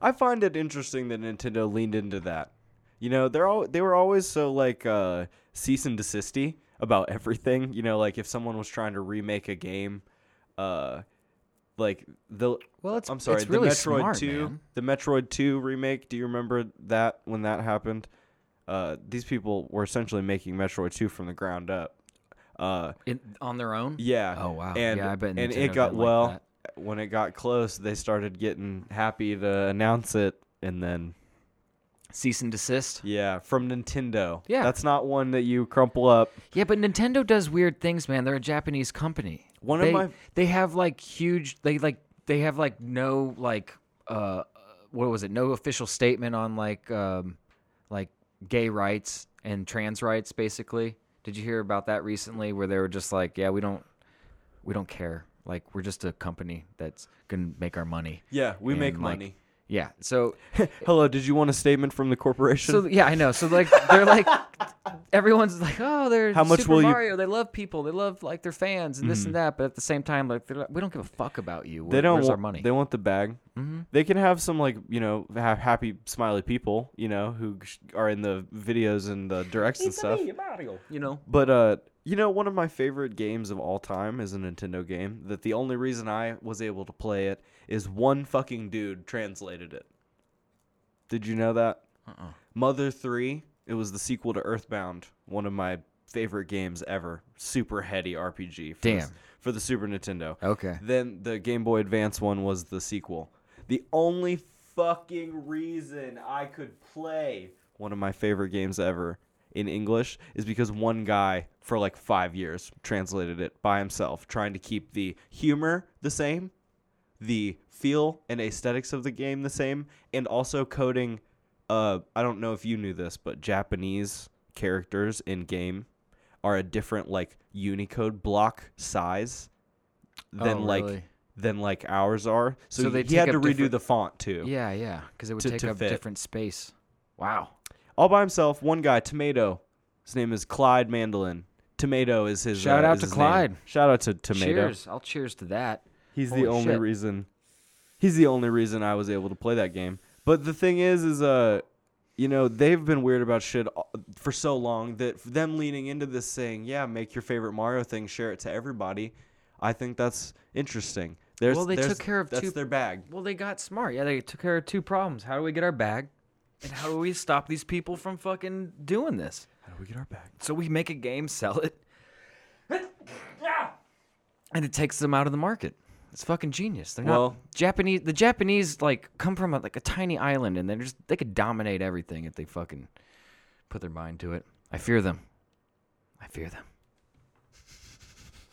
I find it interesting that Nintendo leaned into that. You know, they're all they were always so like uh cease and desisty about everything. You know, like if someone was trying to remake a game, uh like the
Well, it's-
I'm sorry,
it's really
the Metroid
smart,
two
man.
the Metroid two remake, do you remember that when that happened? Uh these people were essentially making Metroid two from the ground up. Uh
In, on their own.
yeah.
Oh, wow.
And,
Yeah, I bet
and
Nintendo
it got
didn't like
well.
that.
When it got close, they started getting happy to announce it, and then
Cease and desist.
yeah, from Nintendo.
Yeah.
that's not one that you crumple up.
Yeah, but Nintendo does weird things, man. They're a Japanese company.
One of
they,
my-
they have like huge. They like they have like no like uh what was it? No official statement on like um like gay rights and trans rights. Basically, did you hear about that recently? Where they were just like, yeah, we don't we don't care. Like we're just a company that's gonna make our money.
Yeah, we make
And, like,
money.
Yeah. So
Hello, did you want a statement from the corporation?
so yeah, I know. So like they're like everyone's like, oh, they're
How much
Super
will you- Mm-hmm.
Mario. They love people. They love like their fans and this and that. But at the same time, like they're like, we don't give a fuck about you.
they
Where-
don't
Where's
want
our money? Mm-hmm.
They want the bag. They can have some like you know ha- happy smiley people you know who sh- are in the videos and the directs and stuff.
you know.
But uh, you know, one of my favorite games of all time is a Nintendo game. That the only reason I was able to play it is one fucking dude translated it. Did you know that? Mother Three. It was the sequel to Earthbound, one of my favorite games ever. Super heady RPG. For
Damn.
The, for the Super Nintendo.
Okay.
Then the Game Boy Advance one was the sequel. The only fucking reason I could play one of my favorite games ever in English is because one guy for like 5 years translated it by himself trying to keep the humor the same, the feel and aesthetics of the game the same and also coding uh I don't know if you knew this but Japanese characters in game are a different like unicode block size than
Oh,
like
really?
than like ours are. So,
So
they
they
he had
take
to
up
redo
different-
the font too.
Yeah, yeah. Because it would
To-
take
to
up
fit.
different space. Wow.
All by himself, one guy, Tomato. His name is Clyde Mandolin. Tomato is his
Shout
uh,
out
is
to
his
Clyde.
Name. Shout out to Tomato.
Cheers. I'll cheers to that.
He's
Holy
the only
shit.
reason. He's the only reason I was able to play that game. But the thing is, is uh, you know, they've been weird about shit a- for so long that f- them leaning into this saying, "Yeah, make your favorite Mario thing, share it to everybody," I think that's interesting. There's,
Well, they
there's-
took care of
that's
two-
their bag.
Well, they got smart. Yeah, they took care of two problems. How do we get our bag? And how do we stop these people from fucking doing this?
How do we get our bag?
So we make a game, sell it, and it takes them out of the market. It's fucking genius. They're
Well-
not Japanese. The Japanese like come from a, like a tiny island, and they're just they could dominate everything if they fucking put their mind to it. I fear them. I fear them.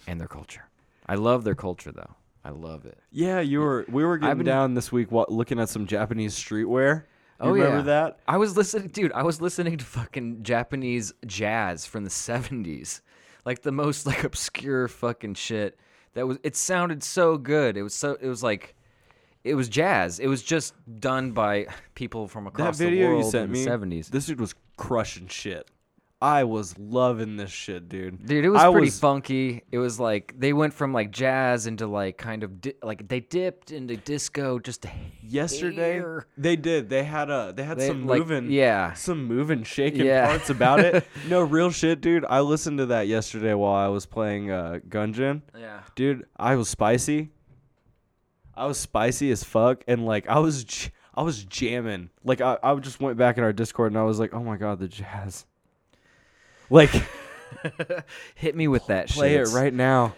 And their culture. I love their culture though. I love it.
Yeah, you were. We were getting
been-
down this week wa- looking at some Japanese streetwear. You
oh
remember
yeah.
that?
I was listening, dude. I was listening to fucking Japanese jazz from the '70s, like the most like obscure fucking shit. That was. It sounded so good. It was so. It was like, It was jazz. It was just done by people from
That
across the
video
world
you sent
in
me,
the 70s.
this dude was crushing shit. I was loving this shit, dude.
Dude, it was
I
pretty funky. It was like they went from like jazz into like kind of di- like they dipped into disco just to
yesterday
hair.
they did they had a they had
They-
some
like,
moving
yeah.
some moving shaking
Yeah.
parts about it no real shit dude i listened to that yesterday while i was playing uh gungeon
Yeah.
dude i was spicy i was spicy as fuck and like i was j- i was jamming like i, I just went back in our discord and i was like oh my god the jazz like
Hit me with that
play
shit.
it right now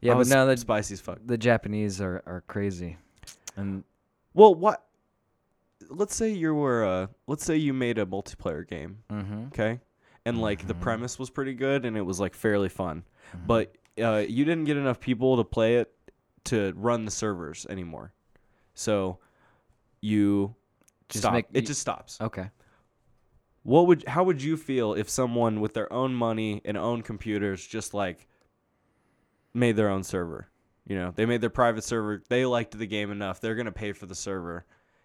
Yeah,
I
but
was
now the
spicy as fuck
the Japanese are, are crazy. And
well what let's say you were uh let's say you made a multiplayer game
hmm
okay and like
Mm-hmm.
the premise was pretty good and it was like fairly fun but uh, you didn't get enough people to play it to run the servers anymore so you
Just
stop
make-
it just stops
okay.
what would how would you feel if someone with their own money and own computers just like made their own server you know they made their private server they liked the game enough they're gonna pay for the server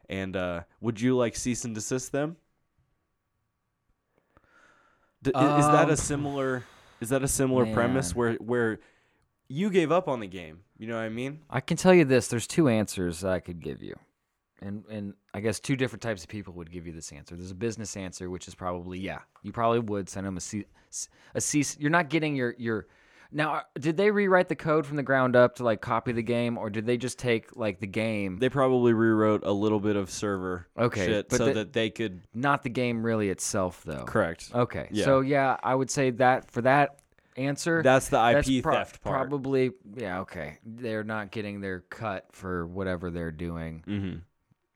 and uh, would you like cease and desist them D- i- is that
Um,
a similar is that a similar premise
man.
where where you gave up on the game you know what i mean
I can tell you this, there's two answers that I could give you. And and I guess two different types of people would give you this answer. There's a business answer, which is probably yeah. You probably would send them a cease, a cease. You're not getting your your. Now, are- did they rewrite the code from the ground up to like copy the game, or did they just take like the game,
they probably rewrote a little bit of server
Okay,
shit
but
so
the-
that they could
not the game really itself though?
correct
Okay.
Yeah.
So yeah, I would say that for that answer,
that's the ip
that's pro-
theft part
Probably yeah. Okay, they're not getting their cut for whatever they're doing.
mm-hmm.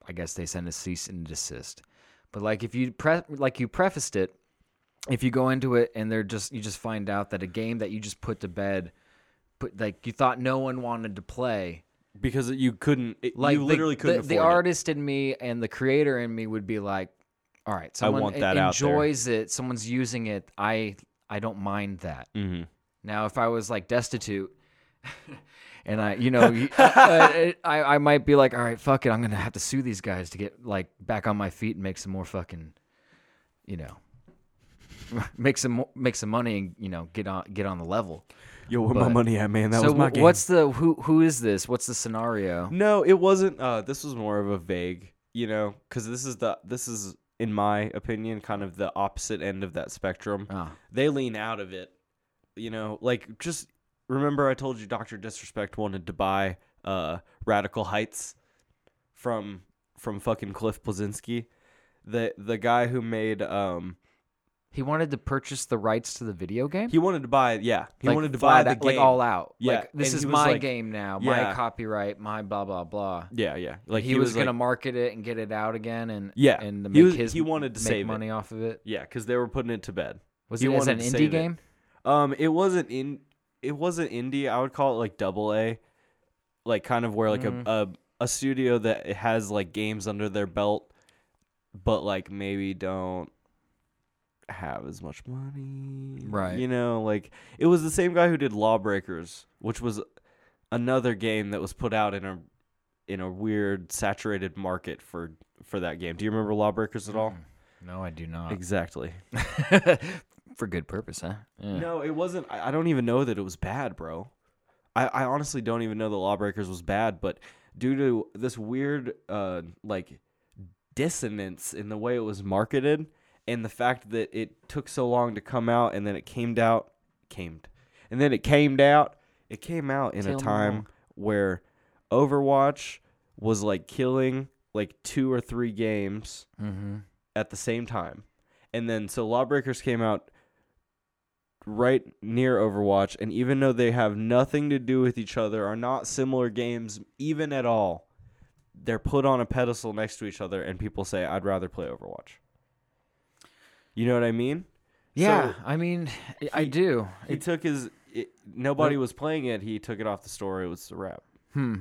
I guess they send a cease and desist. But like if you pre- like you prefaced it, if you go into it and they're just you just find out that a game that you just put to bed, put like you thought no one wanted to play,
because you couldn't it,
like
you literally
the,
couldn't
the, the
afford it.
artist in me and the creator in me would be like, all right, someone
want
en-
that out there."
enjoys it, someone's using it, I I don't mind that.
Mm-hmm.
Now, if I was like destitute, and I, you know, you- I, I, I might be like, all right, fuck it, I'm gonna have to sue these guys to get like back on my feet and make some more fucking, you know, make some mo- make some money and you know get on get on the level.
Yo, where my
But-
money at, man? That
so
was my
wh-
game.
what's the who who is this? What's the scenario?
no? It wasn't. Uh, this was more of a vague, you know, because this is the this is in my opinion kind of the opposite end of that spectrum.
Ah.
They lean out of it, you know, like just remember I told you Doctor Disrespect wanted to buy uh Radical Heights from from fucking Cliff Blazinski, the the guy who made um
He wanted to purchase the rights to the video game.
he wanted to buy yeah he
Like,
wanted to
flat
buy the
out-
game
like all out.
Yeah,
Like, this
and
is
he was
my
like-
game now.
Yeah.
My copyright. My blah blah blah.
yeah yeah like
he, was,
like,
gonna market it and get it out again and
Yeah,
and
he
make
was-
his
he wanted to
make
save it.
money off of it.
Yeah, because they were putting it to bed.
Was
He
it as
wanted
an indie
to save it.
game?
Um, it wasn't in. It wasn't indie. I would call it like double A, like kind of where like
Mm-hmm.
a, a a studio that it has like games under their belt, but like maybe don't have as much money.
Right.
You know, like it was the same guy who did Lawbreakers, which was another game that was put out in a in a weird saturated market for for that game. Do you remember Lawbreakers at all?
No, I do Mm, not.
Exactly.
For good purpose, huh? Yeah.
No, it wasn't. I I don't even know that it was bad, bro. I, I honestly don't even know that Lawbreakers was bad, but due to this weird uh, like dissonance in the way it was marketed and the fact that it took so long to come out and then it came out came and then it came out it came out in
Tell
a
me
time
more.
where Overwatch was like killing like two or three games
Mm-hmm.
at the same time. And then so Lawbreakers came out right near Overwatch and even though they have nothing to do with each other, are not similar games even at all, they're put on a pedestal next to each other and people say I'd rather play Overwatch. You know what I mean?
Yeah, I mean, I- I do.
He took his it, nobody was playing it, he took it off the store, it was a wrap.
Hmm.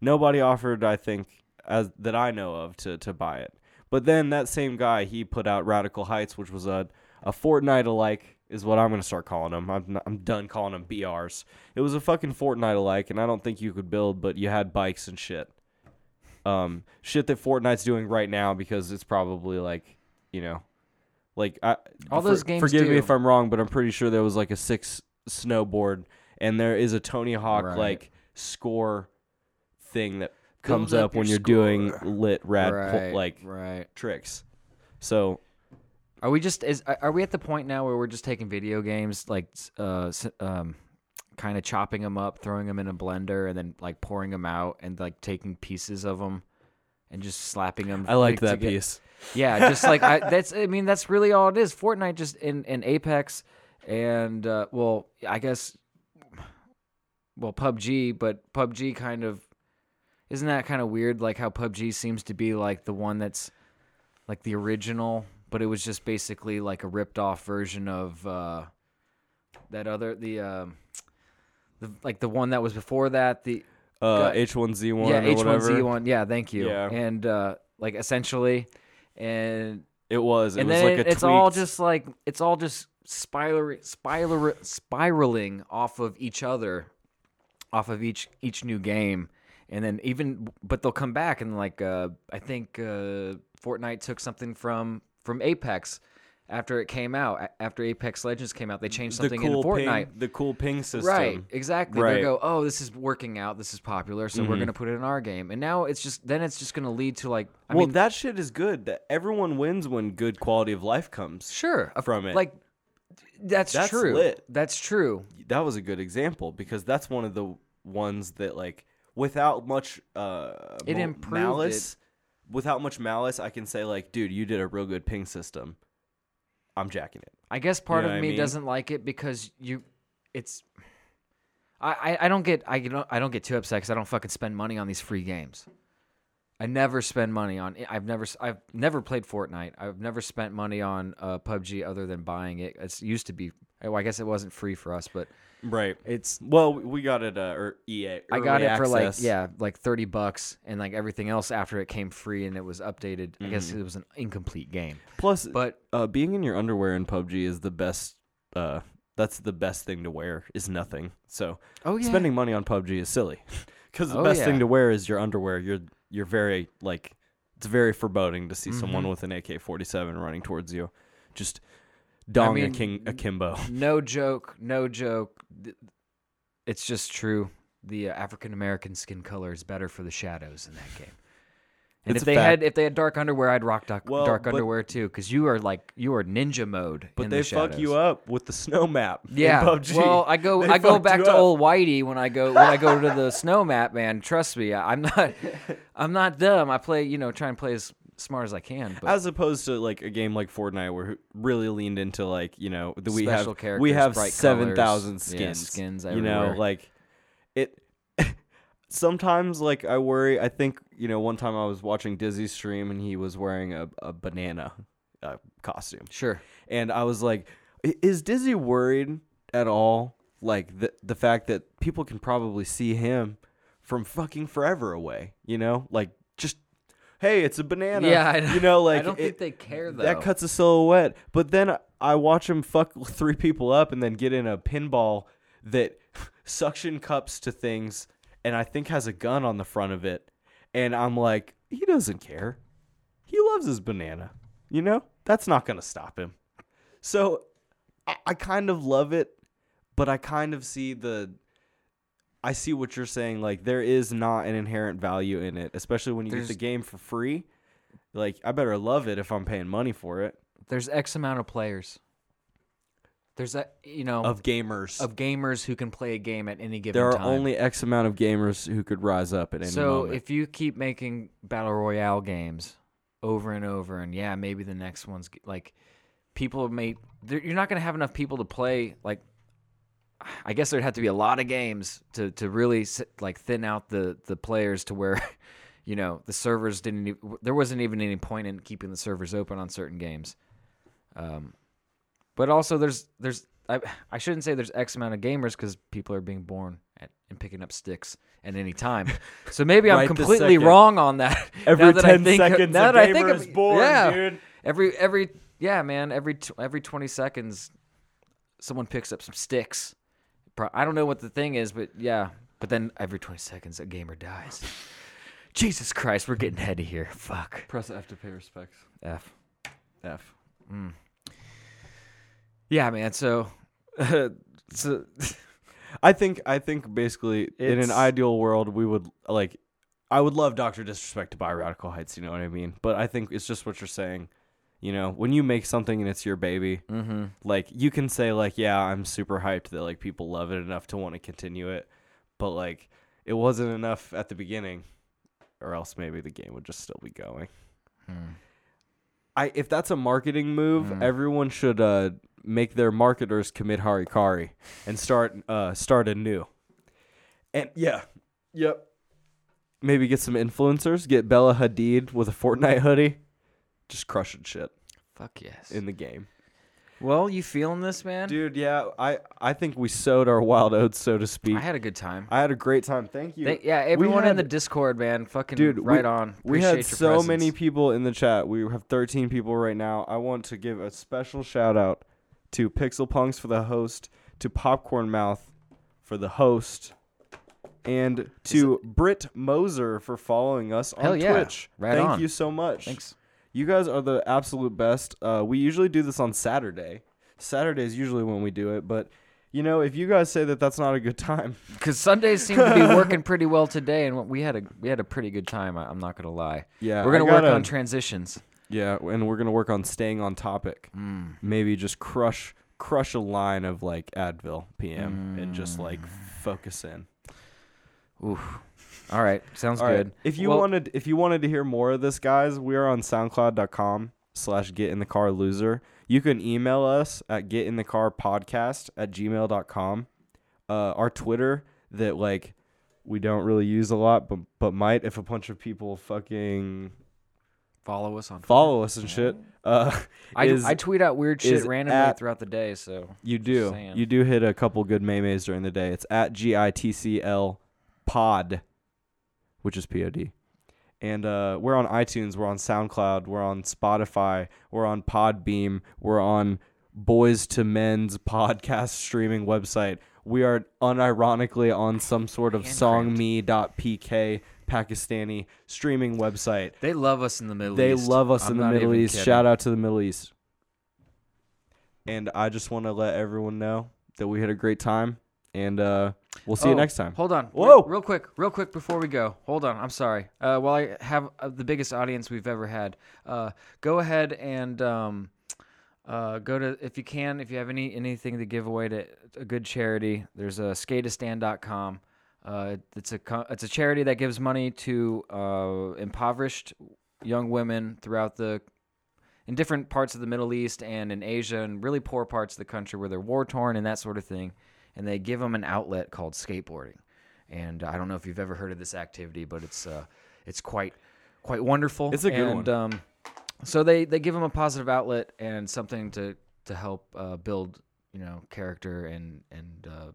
Nobody offered, I think, as that I know of, to to buy it. But then that same guy, he put out Radical Heights, which was a a Fortnite alike, is what I'm gonna start calling them. I'm not, I'm done calling them BRs. It was a fucking Fortnite alike, and I don't think you could build, but you had bikes and shit. um, shit that Fortnite's doing right now because it's probably like, you know, like I
All
for-
those games
Forgive me
do.
if I'm wrong, but I'm pretty sure there was like a six snowboard, and there is a Tony Hawk
Right.
like score thing that
Build
comes
up
up when
your
you're doing
score.
lit rad pl-
right,
like
right.
tricks. So
Are we just is are we at the point now where we're just taking video games like uh s- um kind of chopping them up, throwing them in a blender and then like pouring them out and like taking pieces of them and just slapping them
I liked that piece.
Yeah, just like I, that's. I mean, that's really all it is. Fortnite just in and Apex, and uh, well, I guess, well, PUBG, but PUBG kind of isn't that kind of weird? Like how PUBG seems to be like the one that's like the original, but it was just basically like a ripped off version of uh, that other the. Um, the, like the one that was before that, the
Uh,
Got-
H1Z1
yeah
or
H one
whatever
Z one, yeah, thank you,
Yeah.
and uh, like essentially, and
it was. It
and
was
then
like a
it- it's all
tweaked-
just like it's all just spiraling, spiral, spiraling off of each other, off of each each new game, and then even but they'll come back and like uh, I think uh, Fortnite took something from from Apex after it came out a- after Apex Legends came out they changed
the
something
cool
in Fortnite.
ping, the cool ping system.
Right, exactly. They
Right. Mm-hmm.
go, oh, this is working out. This is popular, so we're gonna put it in our game. And now it's just, then it's just gonna lead to like, I
well,
mean,
that shit is good. That everyone wins when good quality of life comes.
sure, of-
from it.
Like, that's,
That's
true.
lit.
That's true.
That was a good example because that's one of the ones that like without much uh
It
mal-
improved
malice without much malice I can say like dude you did a real good ping system. I'm jacking it.
I guess part
know what
of
I
me
mean?
doesn't like it because you, it's. I, I, I don't get I don't I don't get too upset because I don't fucking spend money on these free games. I never spend money on I've never s- I've never played Fortnite. I've never spent money on uh, PUBG other than buying it. It used to be well, I guess it wasn't free for us, but
Right.
it's
Well, we got it uh or EA.
I got
early
it for like
access.
yeah, like thirty bucks, and like everything else after it came free and it was updated. I
Mm-hmm.
guess it was an incomplete game,
Plus
but
uh being in your underwear in PUBG is the best uh that's the best thing to wear is nothing. So
oh yeah,
spending money on PUBG is silly because the
Oh,
best
yeah.
thing to wear is your underwear. You're you're very like it's very foreboding to see
Mm-hmm.
someone with an AK-47 running towards you, just dong a
mean,
king akimbo.
no joke, no joke. Th- It's just true. The uh, African American skin color is better for the shadows in that game. And if
It's a
they
fact.
had if they had dark underwear, I'd rock dark,
Well,
dark
but-
underwear too, because you are like you are ninja mode.
But
in
they
the
fuck you
shadows.
up with the snow map. in
Yeah.
PUBG.
Well, I go
They
I go
fucked
back
you
to
up.
old Whitey when I go when I go to the snow map, man. Trust me, I- I'm not I'm not dumb. I play you know try and play as smart as I can. But
As opposed to like a game like Fortnite, where it really leaned into like you know the, we
Special
have we
characters,
have
bright colors.
seven thousand
Yeah,
skins,
skins
you know,
everywhere.
like it. sometimes like I worry. I think you know one time I was watching Dizzy's stream and he was wearing a a banana uh, costume,
sure,
and I was like, "I- is Dizzy worried at all? Like the the fact that people can probably see him from fucking forever away, you know, like just. Hey, it's a banana.
Yeah, I know.
you know, like
I don't think
it-
they care though.
that cuts a silhouette. But then I watch him fuck three people up and then get in a pinball that suction cups to things and I think has a gun on the front of it. And I'm like, he doesn't care. He loves his banana. You know? That's not going to stop him. So I, I kind of love it, but I kind of see the. I see what you're saying. Like, there is not an inherent value in it, especially when you
There's-
get the game for free. Like, I better love it if I'm paying money for it.
There's X amount of players. There's that you know of,
Of gamers.
gamers who can play a game at any given
there are
time.
only X amount of gamers who could rise up at any
so
moment.
if you keep making battle royale games over and over, and yeah, maybe the next one's g- like people may there- you're not going to have enough people to play. Like, I guess there'd have to be a lot of games to to really s- like thin out the the players to where. You know, the servers didn't. e- There wasn't even any point in keeping the servers open on certain games. Um, but also, there's there's I I shouldn't say there's X amount of gamers because people are being born at, and picking up sticks at any time. So maybe I'm
Right this
completely
second.
wrong on that.
Every
now that I
10
think,
seconds
now
a
that I
gamer
think
is
of,
born,
yeah,
dude.
Every every yeah, man. Every tw- every 20 seconds, someone picks up some sticks. Pro- I don't know what the thing is, but yeah. But then every 20 seconds, a gamer dies. Jesus Christ, we're getting heady here. Fuck.
Press F to pay respects.
F.
F.
Yeah, man. So, so
I think I think basically in
It's-
an ideal world we would like I would love Doctor Disrespect to buy Radical Heights, you know what I mean? But I think it's just what you're saying. You know, when you make something and it's your baby, like you can say like, yeah, I'm super hyped that like people love it enough to want to continue it, but like it wasn't enough at the beginning, or else maybe the game would just still be going. Hmm. I if that's a marketing move, everyone should uh, make their marketers commit harikari and start uh, start anew. And yeah, yep. Maybe get some influencers. Get Bella Hadid with a Fortnite hoodie, just crushing shit
fuck yes.
in the game.
well, you feeling this, man?
Dude, yeah, I I think we sowed our wild oats, so to speak.
I had a good time.
I had a great time. Thank you.
Thank- yeah,
We
everyone in
had-
the Discord, man, fucking
dude, we-
right on.
We
Appreciate your
had so
presence.
many people in the chat. We have 13 people right now. I want to give a special shout out to Pixel Punks for the host, to Popcorn Mouth for the host, and to Britt Moser for following us on
Hell yeah.
Twitch.
Right
Thank
on.
you so much.
Thanks.
You guys are the absolute best. Uh, we usually do this on Saturday. Saturday is usually when we do it, but you know, if you guys say that that's not a good time,
Because Sundays seem to be working pretty well today, and we had a we had a pretty good time. I, I'm not gonna lie.
Yeah,
we're gonna
I
work
gotta-
on transitions.
Yeah, and we're gonna work on staying on topic.
Mm.
Maybe just crush crush a line of like Advil PM and just
Mm.
like focus in.
All right, sounds
All right.
good.
If you
Well,
wanted if you wanted to hear more of this, guys, we are on soundcloud.com slash get in the car loser. You can email us at get in the car podcast at gmail.com. Uh our Twitter that like we don't really use a lot, but but might if a bunch of people fucking
follow us on.
follow us and shit. Uh
I,
is-
I tweet out weird shit
is
randomly
at-
throughout the day, so
You do.
saying.
You do hit a couple good memes during the day. It's at G I T C L pod, which is P O D. And uh, we're on iTunes, we're on SoundCloud, we're on Spotify, we're on Podbeam, we're on Boys to Men's podcast streaming website. We are unironically on some sort of songme.pk Pakistani streaming website.
they love us in the Middle
They
East.
love us
I'm
in the
not
Middle
even
East.
kidding.
Shout out to the Middle East. And I just want to let everyone know that we had a great time, and uh, we'll see you
Oh,
next time.
Hold on.
Whoa!
Real, real quick, real quick before we go. Hold on. I'm sorry. Uh, while I have uh, the biggest audience we've ever had, uh, go ahead and um, uh, go to if you can, if you have any anything to give away to a good charity. There's a skateastand.com. Uh, it's a co- it's a charity that gives money to uh, impoverished young women throughout the in different parts of the Middle East and in Asia and really poor parts of the country where they're war torn and that sort of thing. And they give them an outlet called skateboarding. And I don't know if you've ever heard of this activity, but it's uh, it's quite quite wonderful.
It's a good
and,
one.
Um, so they they give them a positive outlet and something to to help uh, build you know character and and uh,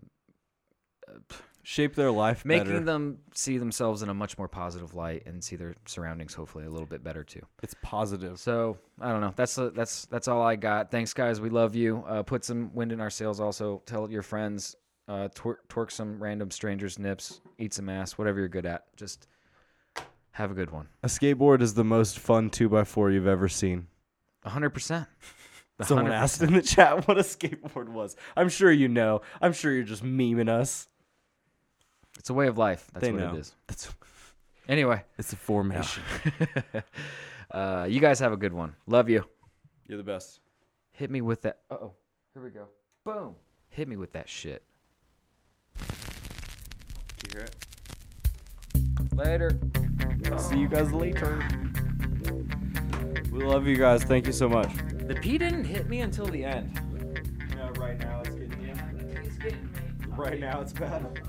Shape their life
making
better.
them see themselves in a much more positive light and see their surroundings hopefully a little bit better too.
it's positive.
So I don't know. That's uh, that's that's all I got. Thanks, guys. We love you. Uh, put some wind in our sails. Also, tell your friends. Uh, twer- twerk some random strangers' nips. Eat some ass. Whatever you're good at. Just have a good one.
A skateboard is the most fun two by four you've ever seen.
hundred percent.
Someone asked in the chat what a skateboard was. I'm sure you know. I'm sure you're just memeing us.
It's a way of life. That's
they
what
know.
it is.
That's
Anyway,
it's a formation.
uh, you guys have a good one. Love you.
You're the best.
Hit me with that. Oh, here we go. Boom. Hit me with that shit.
You hear it?
Later.
See you guys later. We love you guys. Thank you so much.
The P didn't hit me until the end.
uh, right now it's getting Right now it's bad.